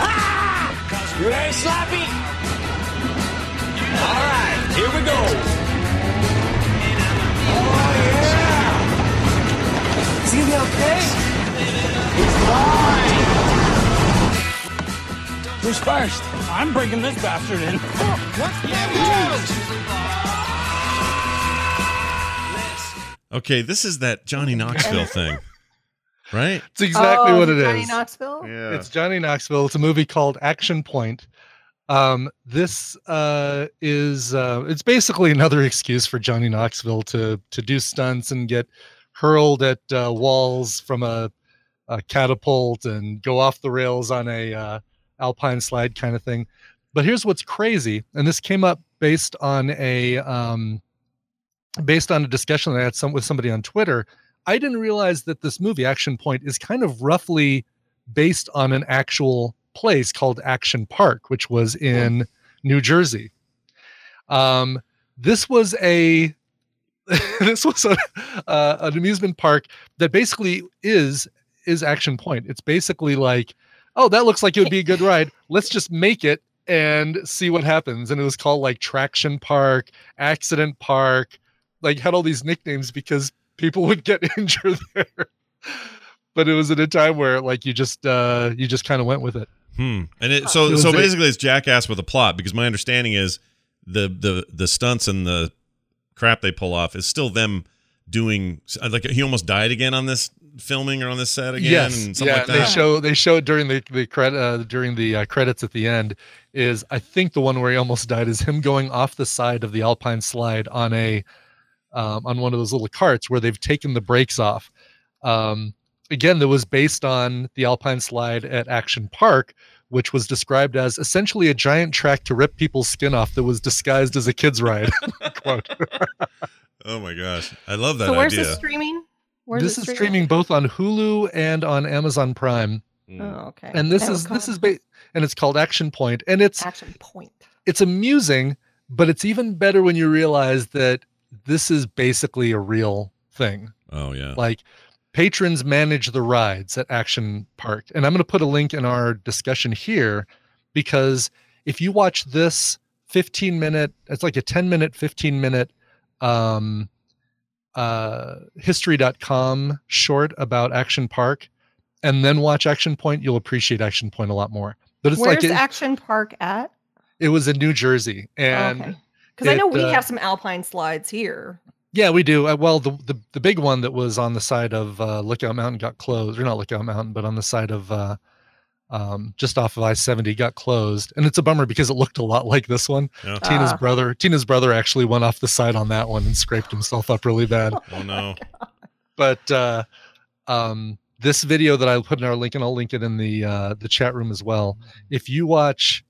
N: Ah! You ready, Slappy? All right, here we go. Oh,
O: Is he gonna be okay?
N: Who's first? I'm bringing this bastard in.
A: Okay, this is that Johnny
M: *laughs*
A: Knoxville thing, right?
B: It's exactly
M: Oh,
B: what it is.
M: Johnny Knoxville?
A: Yeah.
B: It's Johnny Knoxville. It's a movie called Action Point. Um, this uh, is uh, it's basically *laughs* another excuse for Johnny Knoxville to to do stunts and get hurled at uh, walls from a, a catapult and go off the rails on a uh, alpine slide kind of thing. But here's what's crazy, and this came up based on a um, based on a discussion that I had some with somebody on Twitter, I didn't realize that this movie Action Point is kind of roughly based on an actual place called Action Park, which was in New Jersey. Um, this was a *laughs* this was a, uh, an amusement park that basically is is Action Point. It's basically like, oh, that looks like it would be a good ride. Let's just make it and see what happens. And it was called like Traction Park, Accident Park, like had all these nicknames because people would get *laughs* injured there. But it was at a time where like you just uh you just kind of went with it.
A: Hmm. And it, so
B: It was
A: so
B: a-
A: basically it's jackass with a plot because my understanding is the the the stunts and the crap they pull off is still them doing like he almost died again on this filming or on this set again and something
B: yeah,
A: like that.
B: they show they show it during the the credit uh, during the uh, credits at the end is I think the one where he almost died is him going off the side of the alpine slide on a um, on one of those little carts where they've taken the brakes off. Um, again, that was based on the alpine slide at Action Park, which was described as essentially a giant track to rip people's skin off that was disguised as a kids ride. Quote.
A: oh my gosh. I love that
M: So where's
A: idea.
M: this streaming? Where's
B: this
M: it
B: is streaming both on Hulu and on Amazon Prime.
M: Oh, okay.
B: And this
M: That
B: is
M: was
B: this is ba- and it's called Action Point, and it's
M: Action Point.
B: it's amusing, but it's even better when you realize that this is basically a real thing.
A: Oh yeah.
B: Like patrons manage the rides at Action Park. And I'm going to put a link in our discussion here because if you watch this 15 minute, it's like a 10 minute, 15 minute um, uh, history.com short about Action Park and then watch Action Point, you'll appreciate Action Point a lot more. But it's
M: Where's
B: like it,
M: Action Park at?
B: it was in New Jersey. And
M: okay. Because I know
B: it,
M: we
B: uh,
M: have some alpine slides here.
B: Yeah, we do. Uh, well, the, the the big one that was on the side of uh, Lookout Mountain got closed, or not Lookout Mountain, but on the side of uh, um, just off of I seventy got closed, and it's a bummer because it looked a lot like this one.
A: Yeah.
B: Tina's
M: Uh,
A: Ah.
B: brother, Tina's brother, actually went off the side on that one and scraped himself up really bad.
A: oh no.
B: But uh, um, this video that I put in our link, and I'll link it in the uh, the chat room as well. If you watch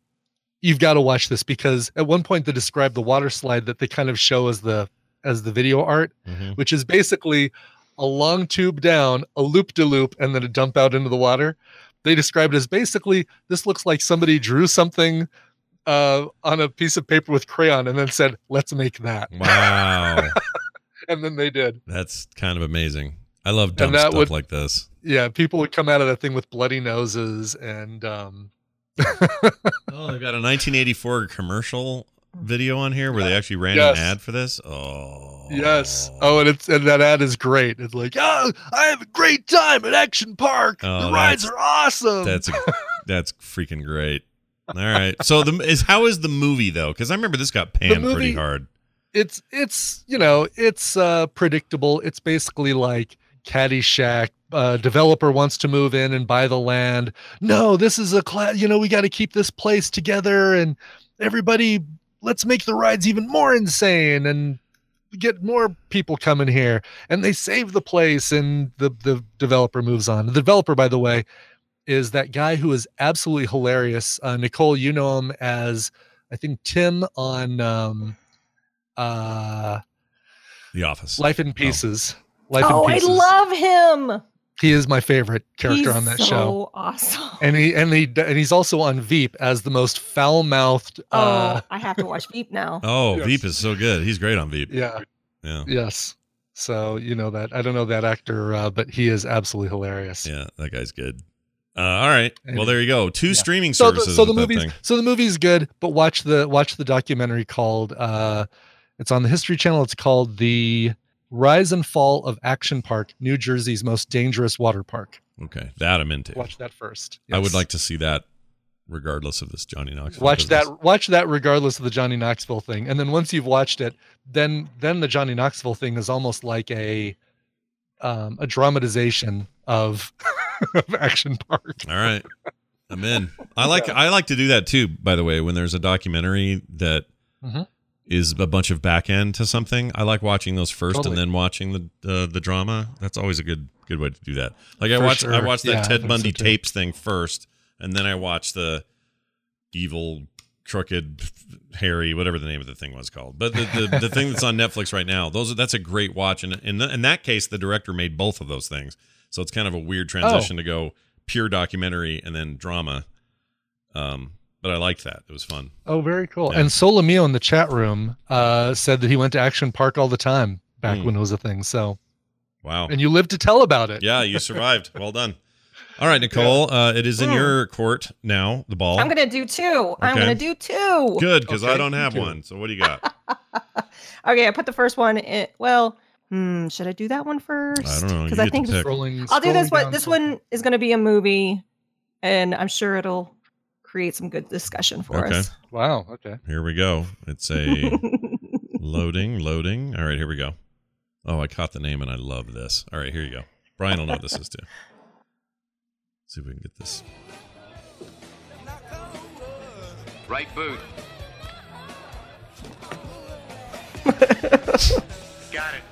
B: you've got to watch this because at one point they describe the water slide that they kind of show as the as the video art,
A: Mhm.
B: which is basically a long tube down, a loop de loop, and then a dump out into the water. They describe it as basically this looks like somebody drew something uh, on a piece of paper with crayon and then said, "Let's make that,"
A: Mm. Wow.
B: and then they did.
A: That's kind of amazing. I love dumb
B: And that
A: stuff
B: would-
A: like this.
B: Yeah, people would come out of that thing with bloody noses and um,
A: Oh, they've got a 1984 commercial video on here where they actually ran
B: Yes.
A: an ad for this. Oh,
B: yes, oh, and it's and that ad is great. It's like, oh, I have a great time at Action Park.
A: Oh,
B: the rides
A: that's-
B: are awesome. *laughs*
A: that's a, that's freaking great. All right. So the is how is the movie though? Because I remember this got panned pretty
B: movie-
A: hard.
B: it's it's you know it's uh predictable it's basically like caddyshack uh developer wants to move in and buy the land no this is a class you know we got to keep this place together and everybody let's make the rides even more insane and get more people coming here and they save the place and the the developer moves on the developer by the way is that guy who is absolutely hilarious uh nicole you know him as i think tim on um uh
A: The Office. Oh.
B: Life Uh, in Pieces. Life in
M: oh, I
B: Pieces.
M: love him.
B: he is my favorite character
M: He's
B: on that
M: so
B: show.
M: awesome.
B: And he and he and he's also on Veep as the most foul-mouthed.
M: Oh,
B: uh,
M: I have to watch
B: *laughs*
M: Veep now.
A: Oh, Veep is so good. He's great on Veep.
B: Yeah.
A: Yeah.
B: Yes. So you know that I don't know that actor, uh, but he is absolutely hilarious.
A: Yeah, that guy's good. Uh, all right. Well, there you go. Two streaming
B: So the,
A: services.
B: so the
A: with that
B: movie's
A: thing.
B: so the movie's good, but watch the watch the documentary called uh, it's on the History Channel. It's called the Rise and Fall of Action Park, New Jersey's most dangerous water park.
A: Okay, that I'm into.
B: Watch that first.
A: I would
B: Yes.
A: like to see that, regardless of this Johnny Knoxville.
B: watch
A: business.
B: that watch that regardless of the johnny knoxville thing and then once you've watched it then then the johnny knoxville thing is almost like a um a dramatization of *laughs* of action park
A: All right. I'm in.
B: *laughs*
A: I like I like to do that too, by the way, when there's a documentary that is
B: Mhm.
A: a bunch of back end to something. I like watching those first
B: Totally.
A: and then watching the the the drama. That's always a good good way to do that. Like I
B: For
A: watched I
B: sure.
A: watched that
B: Yeah, I think
A: Ted
B: so,
A: Bundy
B: too.
A: tapes thing first and then I watched the evil crooked Harry, whatever the name of the thing was called. But the, the, the thing that's
B: *laughs*
A: on Netflix right now, those are, that's a great watch. And in, in that case, the director made both of those things. So it's kind of a
B: Oh.
A: weird transition to go pure documentary and then drama. Um, but I liked that. It was fun.
B: oh very cool
A: Yeah.
B: and solomio in the chat room uh said that he went to action park all the time back
A: Mm.
B: when it was a thing so
A: Wow.
B: and *laughs* you lived to tell about it
A: Oh. yeah, you survived. Well done. All right, Nicole, uh, it is in your court now, the ball.
M: Oh.
B: *laughs*
M: I'm gonna do two. I'm
A: Okay.
M: gonna do two.
A: Good, because I
M: Okay,
A: don't
M: you
A: have
M: too.
A: one. So what do you got?
B: *laughs*
M: *laughs* Okay, I put the first one. in Well, hmm, should I do that one first?
A: I don't know.
M: Because
A: You get
M: I
A: to
M: think this-
A: pick.
B: Scrolling-
M: I'll do this
B: scrolling
M: one.
B: down
M: This
B: to-
M: one is gonna be a movie, and I'm sure it'll create some good discussion for
A: Okay.
M: us.
B: wow okay
A: Here we go. It's
B: *laughs*
M: *laughs*
A: a loading, loading. All right, here we go. Oh, I caught the name and I love this. All right, here you go. Brian will know what this is too. see if we can get this.
P: Right boot. Got it.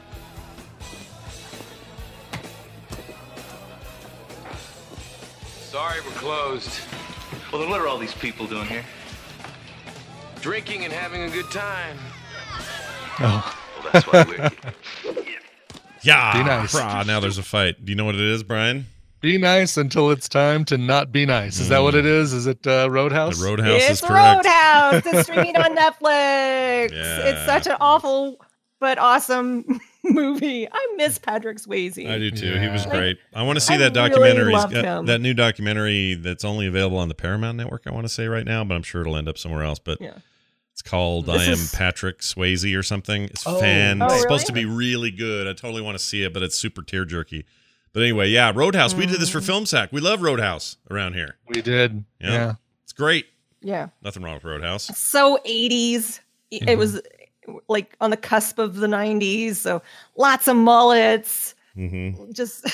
P: Sorry, we're closed. Well, then what are all these people doing here? Drinking and having a good time.
B: oh.
P: Well, that's why we're
A: Yeah.
B: Be nice.
A: brah, now there's a fight. Do you know what it is, Brian?
B: be nice until it's time to not be nice is that what it is is it uh, roadhouse
A: Hmm. The Roadhouse
M: it's
A: is correct.
M: Roadhouse. It's
A: *laughs*
M: streaming on Netflix.
A: Yeah.
M: It's such an awful but awesome *laughs* movie. I miss Patrick Swayze.
A: I do too. He was
M: Yeah.
A: great. I want to see
M: I
A: that
M: really
A: documentary. He's
M: loved
A: got
M: him.
A: That new documentary that's only available on the Paramount Network, I want to say right now, but I'm sure it'll end up somewhere else. But
M: Yeah.
A: it's called
M: This
A: I Am
M: is-
A: Patrick Swayze or something. It's
B: Oh,
A: fan.
B: Oh,
A: It's supposed to be really good. I totally want to see it, but it's super tear jerky. But anyway, yeah, Roadhouse. We did this
M: Mm.
A: for Film Sack. We love Roadhouse around here.
B: we did
A: Yeah.
B: yeah.
A: It's great.
M: Yeah.
A: Nothing wrong with Roadhouse.
M: So 80s. It
A: Mm-hmm.
M: it was like on the cusp of the 90s. So lots of mullets.
A: Mm-hmm.
M: Just *laughs*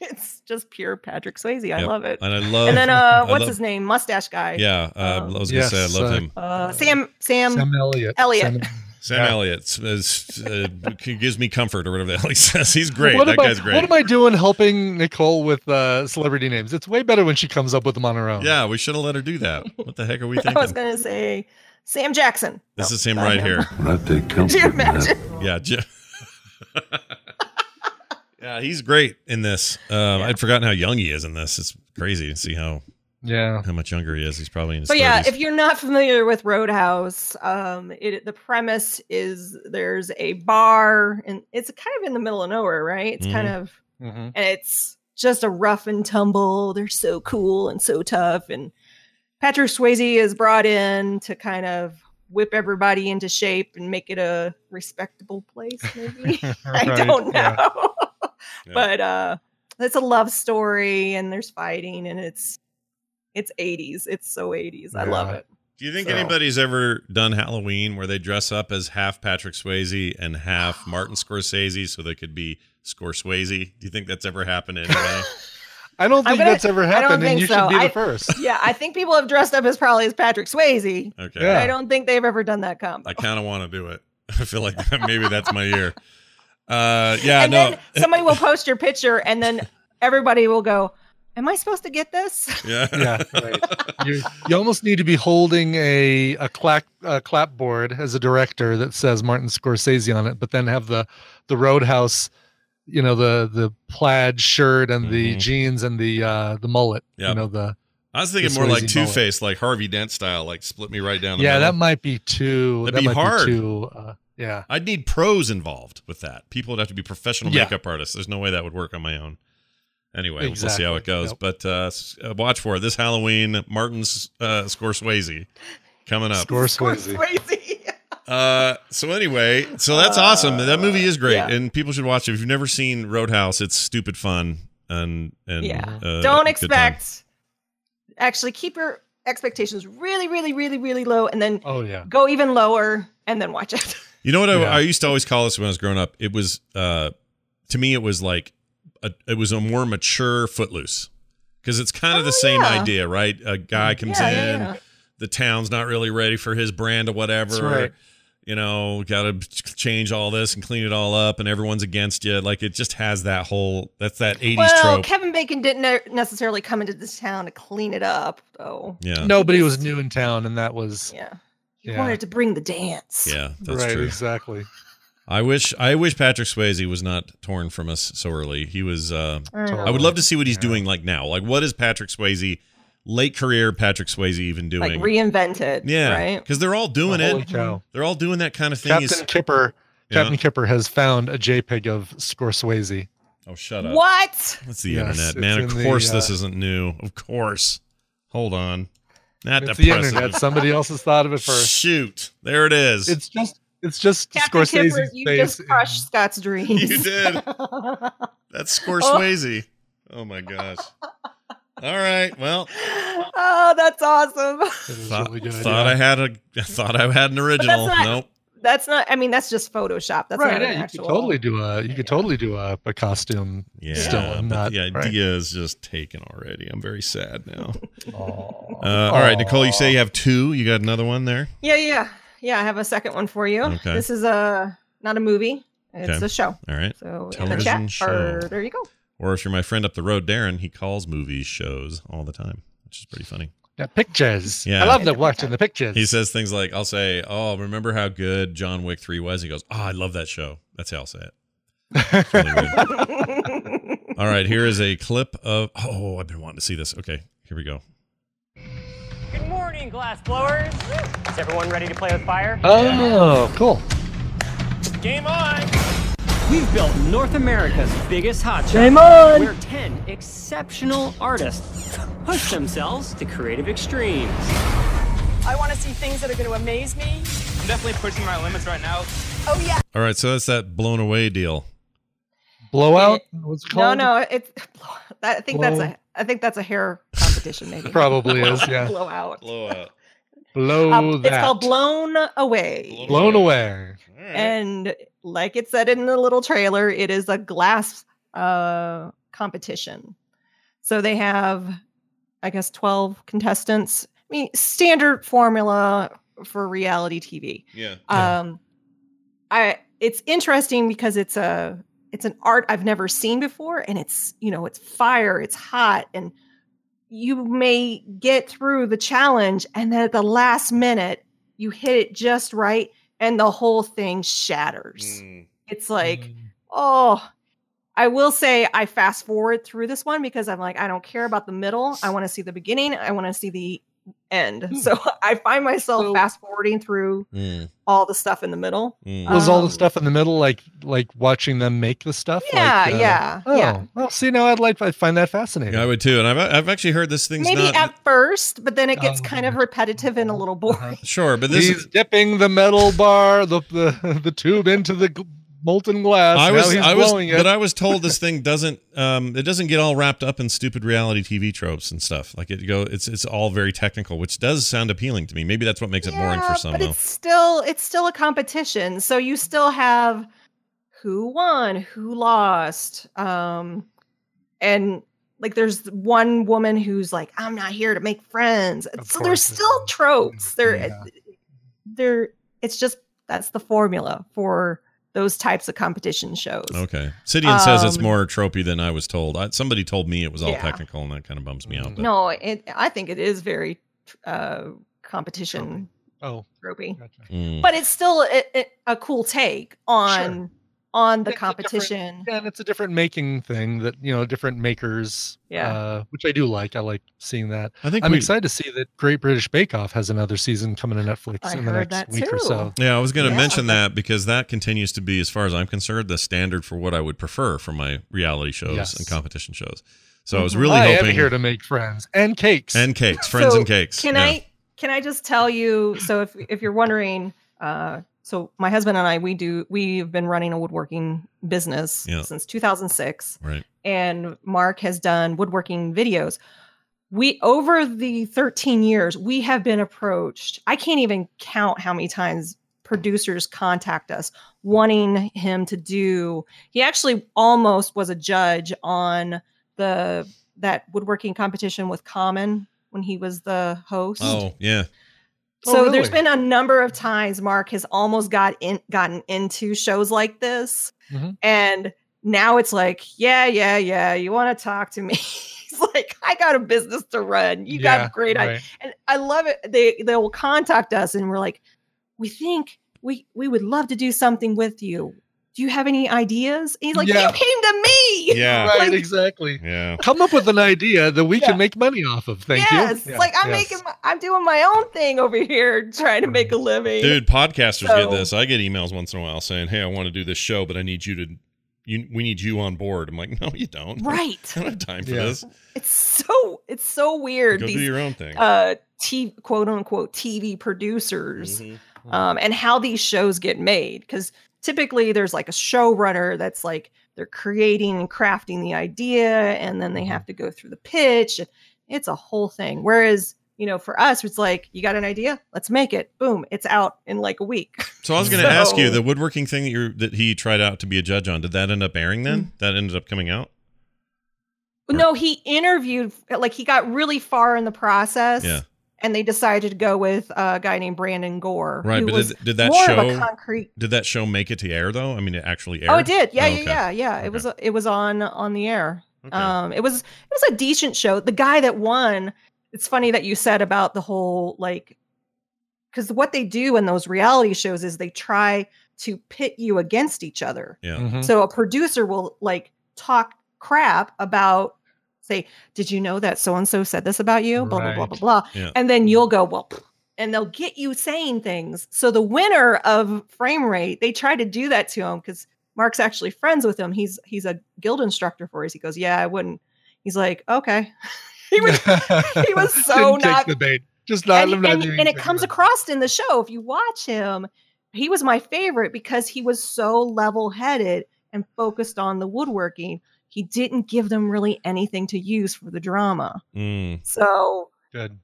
M: it's just pure Patrick Swayze. I love it.
A: And I love.
M: and then uh Oh.
A: I
M: what's
A: love-
M: his name? Mustache guy.
A: Yeah, uh, I was gonna
B: Yes,
A: say I love
B: uh,
A: him.
M: Uh, Sam Sam
B: Sam Elliott.
M: Elliott.
B: Sam-
A: Sam
B: Yeah.
A: Elliott is- uh, *laughs* gives me comfort or whatever the hell he says. He's great.
B: What
A: that
B: am I-
A: guy's great.
B: What am I doing helping Nicole with uh, celebrity names? It's way better when she comes up with them on her own.
A: Yeah, we should have let her do that. What the heck are we
M: *laughs* Oh. *laughs* I was
A: thinking?
M: gonna say Sam Jackson.
A: This is him right here.
M: Could you imagine?
A: Yeah. J- *laughs* yeah, he's great in this. Um, I'd forgotten how young he is in this. It's crazy to see how
B: yeah
A: how much younger he is. He's probably in his
M: So yeah,
A: 30s.
M: if you're not familiar with Roadhouse, um, it the premise is there's a bar and it's kind of in the middle of nowhere, right? It's kind
A: Mhm.
M: of
B: Mm-hmm.
M: and it's just a rough and tumble. They're so cool and so tough, and Patrick Swayze is brought in to kind of whip everybody into shape and make it a respectable place.
B: *laughs*
M: Maybe *laughs* I
B: Right,
M: don't know,
B: yeah.
A: Yeah.
M: but uh, it's a love story, and there's fighting, and it's it's 80s. It's so 80s. I love
B: Yeah.
M: it.
A: Do you think
M: So-
A: anybody's ever done Halloween where they dress up as half Patrick Swayze and
M: *sighs*
A: half Martin Scorsese so they could be Scorsese? Do you think that's ever happened to anybody?
M: *laughs*
B: I don't
M: I'm
B: think
M: gonna-
B: that's ever
M: I don't
B: happened, and
M: think
B: you
M: so.
B: should be the
M: I-
B: first.
M: yeah, I think people have dressed up as probably as Patrick Swayze.
A: Okay.
M: but I don't think they've ever done that combo.
A: I kind of want to do it. *laughs* I feel like maybe that's my year. Uh, yeah,
M: and
A: no.
M: then somebody will post your picture, and then everybody will go, "Am I supposed to get this?"
A: *laughs*
M: *laughs*
A: yeah.
B: *laughs* Yeah, You, you almost need to be holding a a clap a clapboard as a director that says Martin Scorsese on it, but then have the the Roadhouse you know the the plaid shirt and the
A: Mhm.
B: jeans and the uh the mullet you
A: Yep.
B: know the
A: I was thinking
B: the
A: more like
B: Swayze
A: Two
B: mullet.
A: Face, like Harvey Dent style, like split me right down the
B: yeah
A: middle.
B: that might be too
A: That'd
B: that
A: be
B: might
A: hard.
B: too uh, yeah
A: I'd need pros involved with that. People would have to be professional
B: Yeah.
A: makeup artists. There's no way that would work on my own. Anyway, we'll see how
B: Exactly.
A: it goes.
B: Nope.
A: But uh, s- uh, watch for it this Halloween. Martin's uh, Scorsese coming up.
B: Scorsese.
A: Uh, so anyway, so that's awesome.
B: Uh,
A: That movie is great,
M: yeah.
A: and people should watch it. If you've never seen Roadhouse, it's stupid fun and and
M: yeah.
A: uh,
M: Don't
A: good time.
M: expect. Actually, keep your expectations really, really, really, really low, and then
B: oh yeah
M: go even lower, and then watch it.
A: You know what
B: Yeah.
A: I, I used to always call this when I was growing up? It was uh to me it was like a, it was a more mature footloose. Cuz it's kind of the same
M: Oh, yeah.
A: idea, right? A guy comes
M: *laughs* Yeah, yeah,
A: in,
M: yeah.
A: the town's not really ready for his brand or whatever.
B: That's right.
A: You know, got to change all this and clean it all up and everyone's against you. Like it just has that whole that's that 80s
M: well,
A: trope.
M: Kevin Bacon didn't ne- necessarily come into this town to clean it up, though.
A: yeah.
B: no but he was new in town and that was
M: yeah He
B: yeah
M: wanted to bring the dance.
A: Yeah, that's
B: right
A: true.
B: exactly
A: I wish I wish Patrick Swayze was not torn from us so early. He was. Uh,
M: I know.
A: I would love to see what he's doing like now. Like, what is Patrick Swayze, late career Patrick Swayze, even doing?
M: Like reinvented.
A: yeah,
M: Right.
A: because they're all doing
B: Oh, holy
A: it.
B: cow.
A: They're all doing that kind of thing.
B: captain
A: He's-
B: kipper
A: Yeah.
B: captain kipper has found a jpeg of scorsese
A: Oh, shut up!
M: What?
A: That's the
B: Yes,
A: internet,
B: it's
A: man. Of
B: in the,
A: course, this
B: uh,
A: isn't new. Of course. Hold on. Not
B: it's the
A: depressing.
B: internet somebody else has thought of it first
A: Shoot, there it is.
B: it's just it's just
M: Captain
B: scorsese's
M: Kipper, you
B: face
M: just crushed Scott's dreams.
A: *laughs* *laughs* You
M: *laughs*
A: did. That's Scorsese. Oh my gosh. All right. Well,
M: oh, that's awesome. *laughs*
B: It was
A: thought,
B: really good,
A: thought
B: yeah.
A: I had a *laughs* I thought I had an original.
M: not-
A: nope.
M: That's not. I mean, that's just Photoshop. That's
B: right
M: not
B: yeah
M: an
B: you
M: actual.
B: could totally do a you could totally do a, a costume
A: Yeah,
B: still and
A: but
B: not
A: the
B: right?
A: idea is just taken already. I'm very sad now.
B: Aw.
A: Uh, all right, Nicole, you say you have two. You got another one there.
M: Yeah, yeah, yeah. I have a second one for you.
A: Okay.
M: This is a not a movie. It's
A: Okay.
M: a show.
A: All right.
M: So in the
A: Television
M: chat,
A: show.
M: or, there
B: *laughs*
M: you go.
A: Or if you're my friend up the road, Darren, he calls movies shows all the time, which is pretty funny.
B: Yeah, pictures
A: Yeah.
B: i love that watching the pictures
A: He says things like, "I'll say, oh, remember how good John Wick Three was?" He goes, "Oh, I love that show." That's how I'll say it. It's really
M: *laughs*
A: weird. all right, here is a clip of. Oh, I've been wanting to see this. Okay, here we go.
Q: Good morning, glass blowers. Is everyone ready to play with fire?
B: oh cool
Q: Game on! We've built North America's biggest hotshot.
B: Game on!
Q: Where 10 exceptional artists push themselves to creative extremes.
R: I want to see things that are going to amaze me.
S: I'm definitely pushing my limits right now.
R: Oh, yeah.
A: All right, so that's that blown away deal.
B: blowout what's it
M: No,
B: called
M: no. It's. I think that's
B: Blow.
M: a. I think that's a hair competition.
B: *laughs*
M: Maybe
B: Probably is, yeah.
M: *laughs* Blowout.
A: Blowout.
B: blow
M: Uh,
B: that
M: it's called Blown Away.
B: blown away
M: And like it said in the little trailer, it is a glass uh, competition. So they have, I guess, 12 contestants. I mean, standard formula for reality TV.
A: Yeah.
M: Um, I it's interesting because it's a it's an art I've never seen before, and it's you know it's fire, it's hot, and you may get through the challenge, and then at the last minute you hit it just right, and the whole thing shatters.
A: Mm.
M: It's like
B: Mm.
M: oh. I will say I fast forward through this one because I'm like I don't care about the middle. I want to see the beginning. I want to see the end. So *laughs* I find myself fast forwarding through
A: Mm.
M: all the stuff in the middle.
B: was all
M: Um,
B: the stuff in the middle like like watching them make the stuff
M: Yeah,
B: like,
M: yeah,
B: oh
M: yeah.
B: well see now i'd like i find that fascinating
A: Yeah, I would too. And I've I've actually heard this thing's
M: Maybe
A: not Oh,
M: at first, but then it gets kind of repetitive and a little
A: Uh-huh.
M: boring.
A: sure, but this
B: he's
A: is.
B: dipping the metal bar the the, the tube into the gl- molten glass
A: I
B: Now
A: was,
B: he's
A: I was,
B: blowing it.
A: but I was told this thing doesn't, um, it doesn't get all wrapped up in stupid reality TV tropes and stuff. Like it go, it's, it's all very technical, which does sound appealing to me. Maybe that's what makes it boring for
M: Yeah,
A: some.
M: but
A: though.
M: it's still it's still a competition. So you still have who won, who lost, um, and like there's one woman who's like, "I'm not here to make friends." And so there's still tropes. There, there. It's just that's the formula for those types of competition shows.
A: Okay. Sidian says it's
M: Um,
A: more tropey than I was told. I, somebody told me it was all
M: Yeah.
A: technical, and that kind of bums me
B: Mm.
A: out. But
M: No, it, I think it is very uh, competition
B: oh
M: tropey,
A: Mm.
M: but it's still a, a- a cool take on on the
B: It's a different-
M: competition.
B: Yeah, and it's a different making thing that you know, different makers.
M: Yeah.
B: uh, which I do like. I like seeing that.
A: I think
B: I'm
A: we-
B: excited to see that Great British Bake Off has another season coming to Netflix
M: I
B: in the
M: heard
B: next
M: that
B: week or
M: too.
B: so.
A: Yeah, I was going to
M: Yeah.
A: mention that because that continues to be, as far as I'm concerned, the standard for what I would prefer for my reality shows
B: Yes.
A: and competition shows. So I was
M: Mm-hmm.
B: Mhm.
A: really
B: I am
A: hoping
B: here to make friends and cakes.
A: and cakes, friends
M: So
A: and cakes.
M: Can
A: yeah.
M: I can I just tell you? So if if you're wondering, uh, so my husband and I we do we've been running a woodworking business
I: Yeah.
M: since 2006,
A: Right.
M: and Mark has done woodworking videos. We over the 13 years we have been approached. I can't even count how many times producers contact us wanting him to do. He actually almost was a judge on the that woodworking competition with Common when he was the host.
A: Oh
M: *laughs*
A: yeah,
M: So there's been a number of times Mark has almost got in gotten into shows like this.
B: Mhm.
M: And now it's like, yeah, yeah, yeah, you want to talk to me. *laughs* He's like, I got a business to run. You
I: Yeah,
M: got great idea.
I: right.
M: And I love it. They they will contact us and we're like, we think we we would love to do something with you. Do you have any ideas? And he's like,
B: Yeah.
M: you came to me.
B: right,
M: Like,
B: exactly.
M: *laughs*
A: Yeah,
B: come up with an idea that we
M: Yeah.
B: can make money off of. Thank
M: yes.
B: you.
M: Like I'm
B: Yeah.
M: making my, I'm doing my own thing over here trying to make a living.
A: dude, podcasters
M: So-
A: get this. I get emails once in a while saying, "Hey, I want to do this show, but I need you to, you, we need you on board." I'm like, "No, *laughs* you don't.
M: Right.
A: I don't have time for
M: Yeah.
A: this.
M: It's so it's so weird.
A: Go do your own thing.
M: Uh, t- quote unquote TV producers,
Q: Mm-hmm.
M: um, and how these shows get made because typically there's like a showrunner that's like they're creating and crafting the idea, and then
A: Mm-hmm.
M: they have to go through the pitch. And it's a whole thing. Whereas you know, for us, it's like you got an idea, let's make it. Boom, it's out in like a week. *laughs*
A: So I was going to ask you
M: So-
A: the woodworking thing that you that he tried out to be a judge on. Did that end up airing
M: Hmm.
A: then? That ended up coming out.
M: No, he interviewed like he got really far in the process.
A: Yeah.
M: And they decided to go with a guy named Brandon Gore.
A: Right,
M: who
A: but
M: was
A: did, did that
M: more
A: show
M: Of a concrete.
A: Did that show make it to air though? I mean, it actually aired.
M: Oh, it did. Yeah,
A: Oh,
M: yeah,
A: okay.
M: yeah, yeah. It was it was on on the air.
A: Okay.
M: Um, it was it was a decent show. The guy that won. It's funny that you said about the whole like, because what they do in those reality shows is they try to pit you against each other.
A: Yeah.
I: Mm-hmm.
M: So a producer will like talk crap about say, did you know that so and so said this about you? Blah blah blah blah
I: Right.
M: blah.
I: Yeah. Mm-hmm.
M: And then you'll go, well, pff," and they'll get you saying things. So the winner of frame rate, they try to do that to him because Mark's actually friends with him. He's he's a guild instructor for us. He goes, Yeah, I wouldn't. He's like, okay. *laughs*
B: *laughs*
M: he was so
B: Didn't take
M: not
B: the bait. Just not. I'm
M: and,
B: not
M: and-
B: doing
M: and it
B: anything.
M: comes across in the show if you watch him he was my favorite because he was so level-headed and focused on the woodworking he didn't give them really anything to use for the drama
A: Mm.
M: so
B: Good.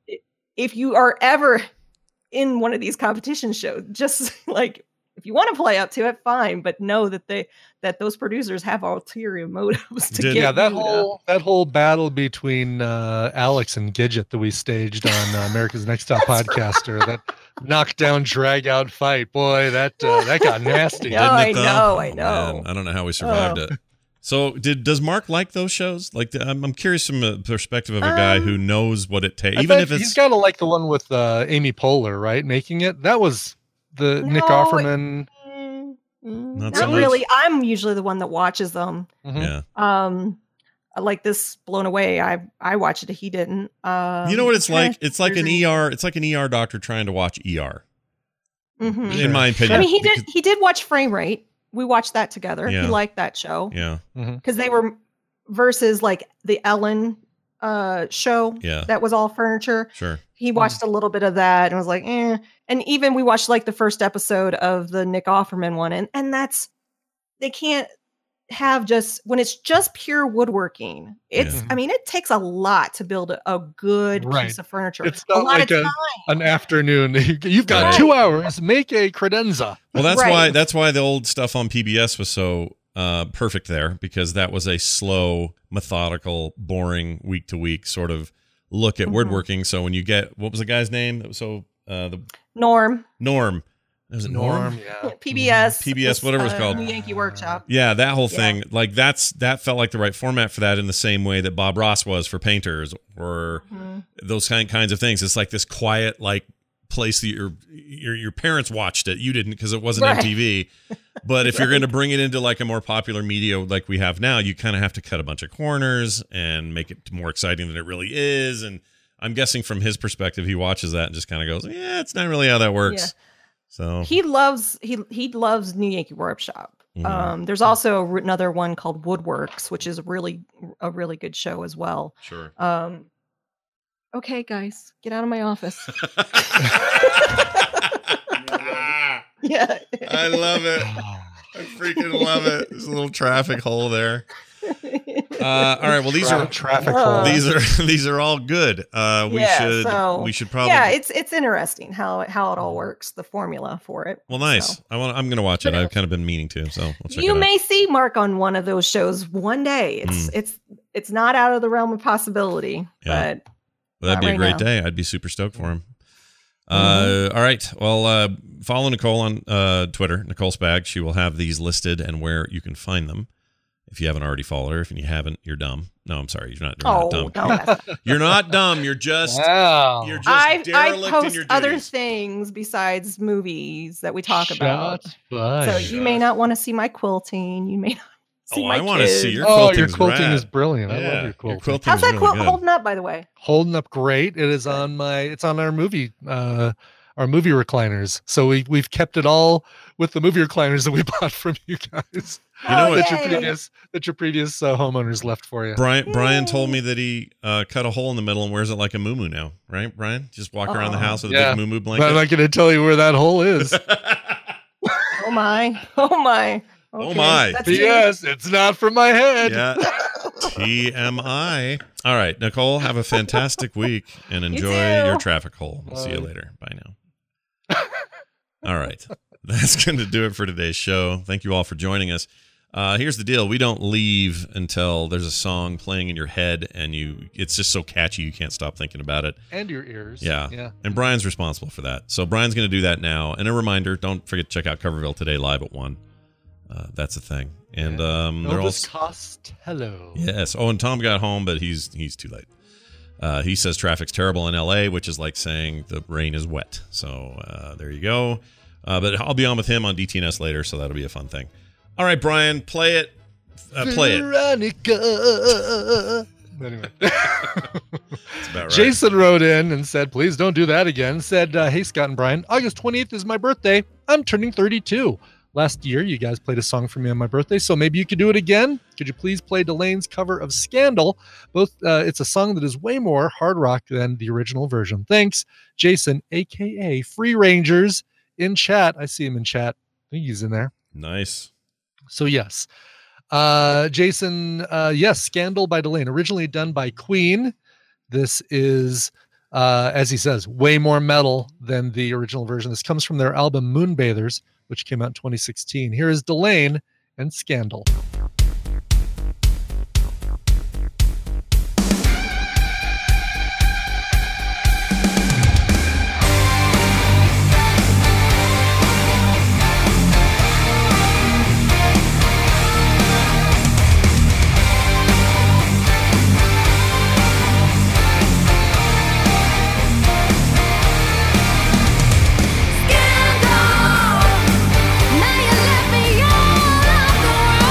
M: if you are ever in one of these competition shows just *laughs* like if you want to play up to it fine but know that they that those producers have ulterior motives *laughs* to
B: Did-
M: get
B: yeah, that
M: you to-
B: whole that whole battle between uh, Alex and Gidget that we staged on uh, America's Next
M: *laughs*
B: Top Podcaster, that knockdown drag out fight, boy, that uh, that
M: *laughs*
B: got nasty.
M: No, I
A: Didn't it, though?
M: know, I
A: Oh,
M: know.
A: man. I don't know how we survived
M: Oh.
A: it. So, did does Mark like those shows? Like, I'm, I'm curious from the perspective of a guy
M: Um,
A: who knows what it takes,
B: I
A: even
B: bet
A: if it's
B: he's got to like the one with uh, Amy Poehler, right? Making it that was the Nick
M: No,
B: Offerman.
A: not
M: Mm, not
A: so much. Mm-hmm.
M: really i'm usually the one that watches them
A: Yeah.
M: um like this blown away i i watched it he didn't um
A: you know what it's like? It's like an
M: there's a-
A: ER. It's like an ER doctor trying to watch ER.
M: Mhm.
A: in my opinion,
M: i mean he did E
A: because-
M: he did watch frame rate we watched that together
A: Yeah.
M: he liked that show
A: Yeah.
M: because they were versus like the ellen uh show
A: Yeah.
M: that was all furniture
A: Sure.
B: Hmm.
M: he watched a little bit of that and was like, eh. And even we watched like the first episode of the Nick Offerman one, and and that's they can't have just when it's just pure woodworking. It's
B: Yeah.
M: I mean it takes a lot to build a, a good
B: Right.
M: piece of furniture.
B: It's
M: a
B: not
M: lot
B: like
M: of
B: a,
M: time.
B: an afternoon. *laughs* You've got
A: Right.
B: two hours. Make a credenza.
A: Well, that's
M: Right.
A: why that's why the old stuff on PBS was so uh, perfect there because that was a slow, methodical, boring week to week sort of look at
M: Mhm.
A: woodworking. So when you get what was the guy's name? That was so uh, the
M: Norm
A: Norm. Was it Norm?
M: *laughs*
B: Yeah.
M: PBS
A: PBS, whatever it's called.
M: the uh, Yankee Workshop.
B: Uh,
A: Yeah, that whole
M: Yeah.
A: thing. Like that's that felt like the right format for that in the same way that Bob Ross was for painters or
M: Mhm.
A: those kind kinds of things. It's like this quiet, like place that your your, your parents watched it. You didn't because it wasn't
T: Right.
A: MTV.
M: *laughs*
A: But if you're going to bring it into like a more popular media like we have now, you kind of have to cut a bunch of corners and make it more exciting than it really is. And I'm guessing from his perspective, he watches that and just kind of goes, "Yeah, it's not really how that works."
M: Yeah.
A: So
B: oh.
M: He loves he he loves New Yankee Workshop.
A: Mhm.
M: Um,
B: Hmm.
M: there's also r- another one called Woodworks, which is really a really good show as well.
A: Sure.
M: Um, okay, guys, get out of my
A: *laughs*
M: office. *laughs* yeah,
A: I love it. I freaking love it. There's a little traffic hole there.
M: *laughs*
A: Uh, all right. Well, these are
B: Traffic
M: hole.
A: These are *laughs* these are all good. Uh, we
M: Yeah,
A: should
M: so-
A: we should probably.
M: yeah. It's it's interesting how it- how it all works, the formula for it.
A: Mm-hmm. well, nice. I want. I'm gonna watch it. I've kind of been meaning to, so we'll check it
M: you
A: out. Mm.
M: may see Mark on one of those shows one day. It's it's it's not out of the realm of possibility.
A: Yeah.
M: But
A: Well, that'd be a
M: not right
A: great
M: now. Mm-hmm.
A: day. I'd be super stoked for him. Uh, all right. Well, uh, follow Nicole on uh, Twitter, Nicole Spag. She will have these listed and where you can find them. If you haven't already followed her, if you haven't, you're dumb. No, I'm sorry. You're not, you're
M: Oh,
A: not
M: no,
A: dumb. *laughs*
M: that's
A: you're not dumb. You're just. You're just
M: I I
A: derelict in
M: post
A: your
M: other
A: duties.
M: things besides movies that we talk about.
B: Shots
M: So
B: fired.
M: you may not want to see my quilting. You may *laughs* not see
A: Oh,
M: my
A: I want to see your
B: Oh,
A: quilting.
B: your quilting is brilliant. I love your quilting.
M: How's that quilt
A: good.
M: holding up, by the way?
B: holding up great. It is on my it's on our movie uh our movie recliners. So we we've kept it all with the movie recliners that we *laughs* bought from you guys.
A: You know Oh, what-
B: that your
A: yay.
B: previous that your previous uh, homeowners left for you.
A: Brian Brian
M: Mm.
A: told me that he uh, cut a hole in the middle and wears it like a muumuu now, right? Brian, just walk around the
M: Uh-huh.
B: Uh-oh.
A: house with
B: Yeah.
A: a big muumuu
B: But I'm not
A: blanket.
B: going to tell you where that
A: *laughs*
B: hole is.
M: Oh my! *laughs* Oh my!
A: Oh
M: Okay,
A: my!
M: that's your-
B: yes, it's not from my head.
A: Yeah. TMI. All right, Nicole, have a fantastic week
B: *laughs*
A: and enjoy
M: too.
A: your traffic hole. We'll see you
B: Bye.
A: later. Bye now. All right. *laughs* That's going to do it for today's show. Thank you all for joining us. Uh, here's the deal. We don't leave until there's a song playing in your head and you it's just so catchy you can't stop thinking about it.
B: And your ears.
A: Yeah.
B: Yeah.
A: And Brian's responsible for that. So Brian's going to do that now. And a reminder, don't forget to check out Coverville today live at 1. Uh, that's a thing. And um they're all
B: Elvis Costello.
A: Yes. Oh, and Tom got home, but he's he's too late. Uh, he says traffic's terrible in LA, which is like saying the rain is wet. So uh, there you go. Uh, but I'll be on with him on DTNS later, so that'll be a fun thing. All right, Brian, play it. Uh, play it.
B: Veronica. Anyway.
A: *laughs* That's about right.
B: Jason wrote in and said, please don't do that again. Said, uh, hey, Scott and Brian, August 28th is my birthday. I'm turning 32. Last year, you guys played a song for me on my birthday, so maybe you could do it again. Could you please play Delane's cover of Scandal? Both, uh, it's a song that is way more hard rock than the original version. Thanks, Jason, aka Free Rangers, in chat. I see him in chat. I think he's in there.
A: Nice.
B: So yes, uh, Jason. Uh, yes, "Scandal" by Delane, originally done by Queen. This is, uh, as he says, way more metal than the original version. This comes from their album Moonbathers, which came out in 2016. Here is Delane and "Scandal."
I: Now you left me all alone.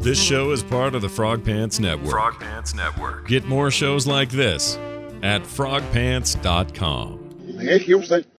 A: This show is part of the Frog Pants Network.
D: Frog Pants Network.
A: Get more shows like this at frogpants.com.
T: Thank you.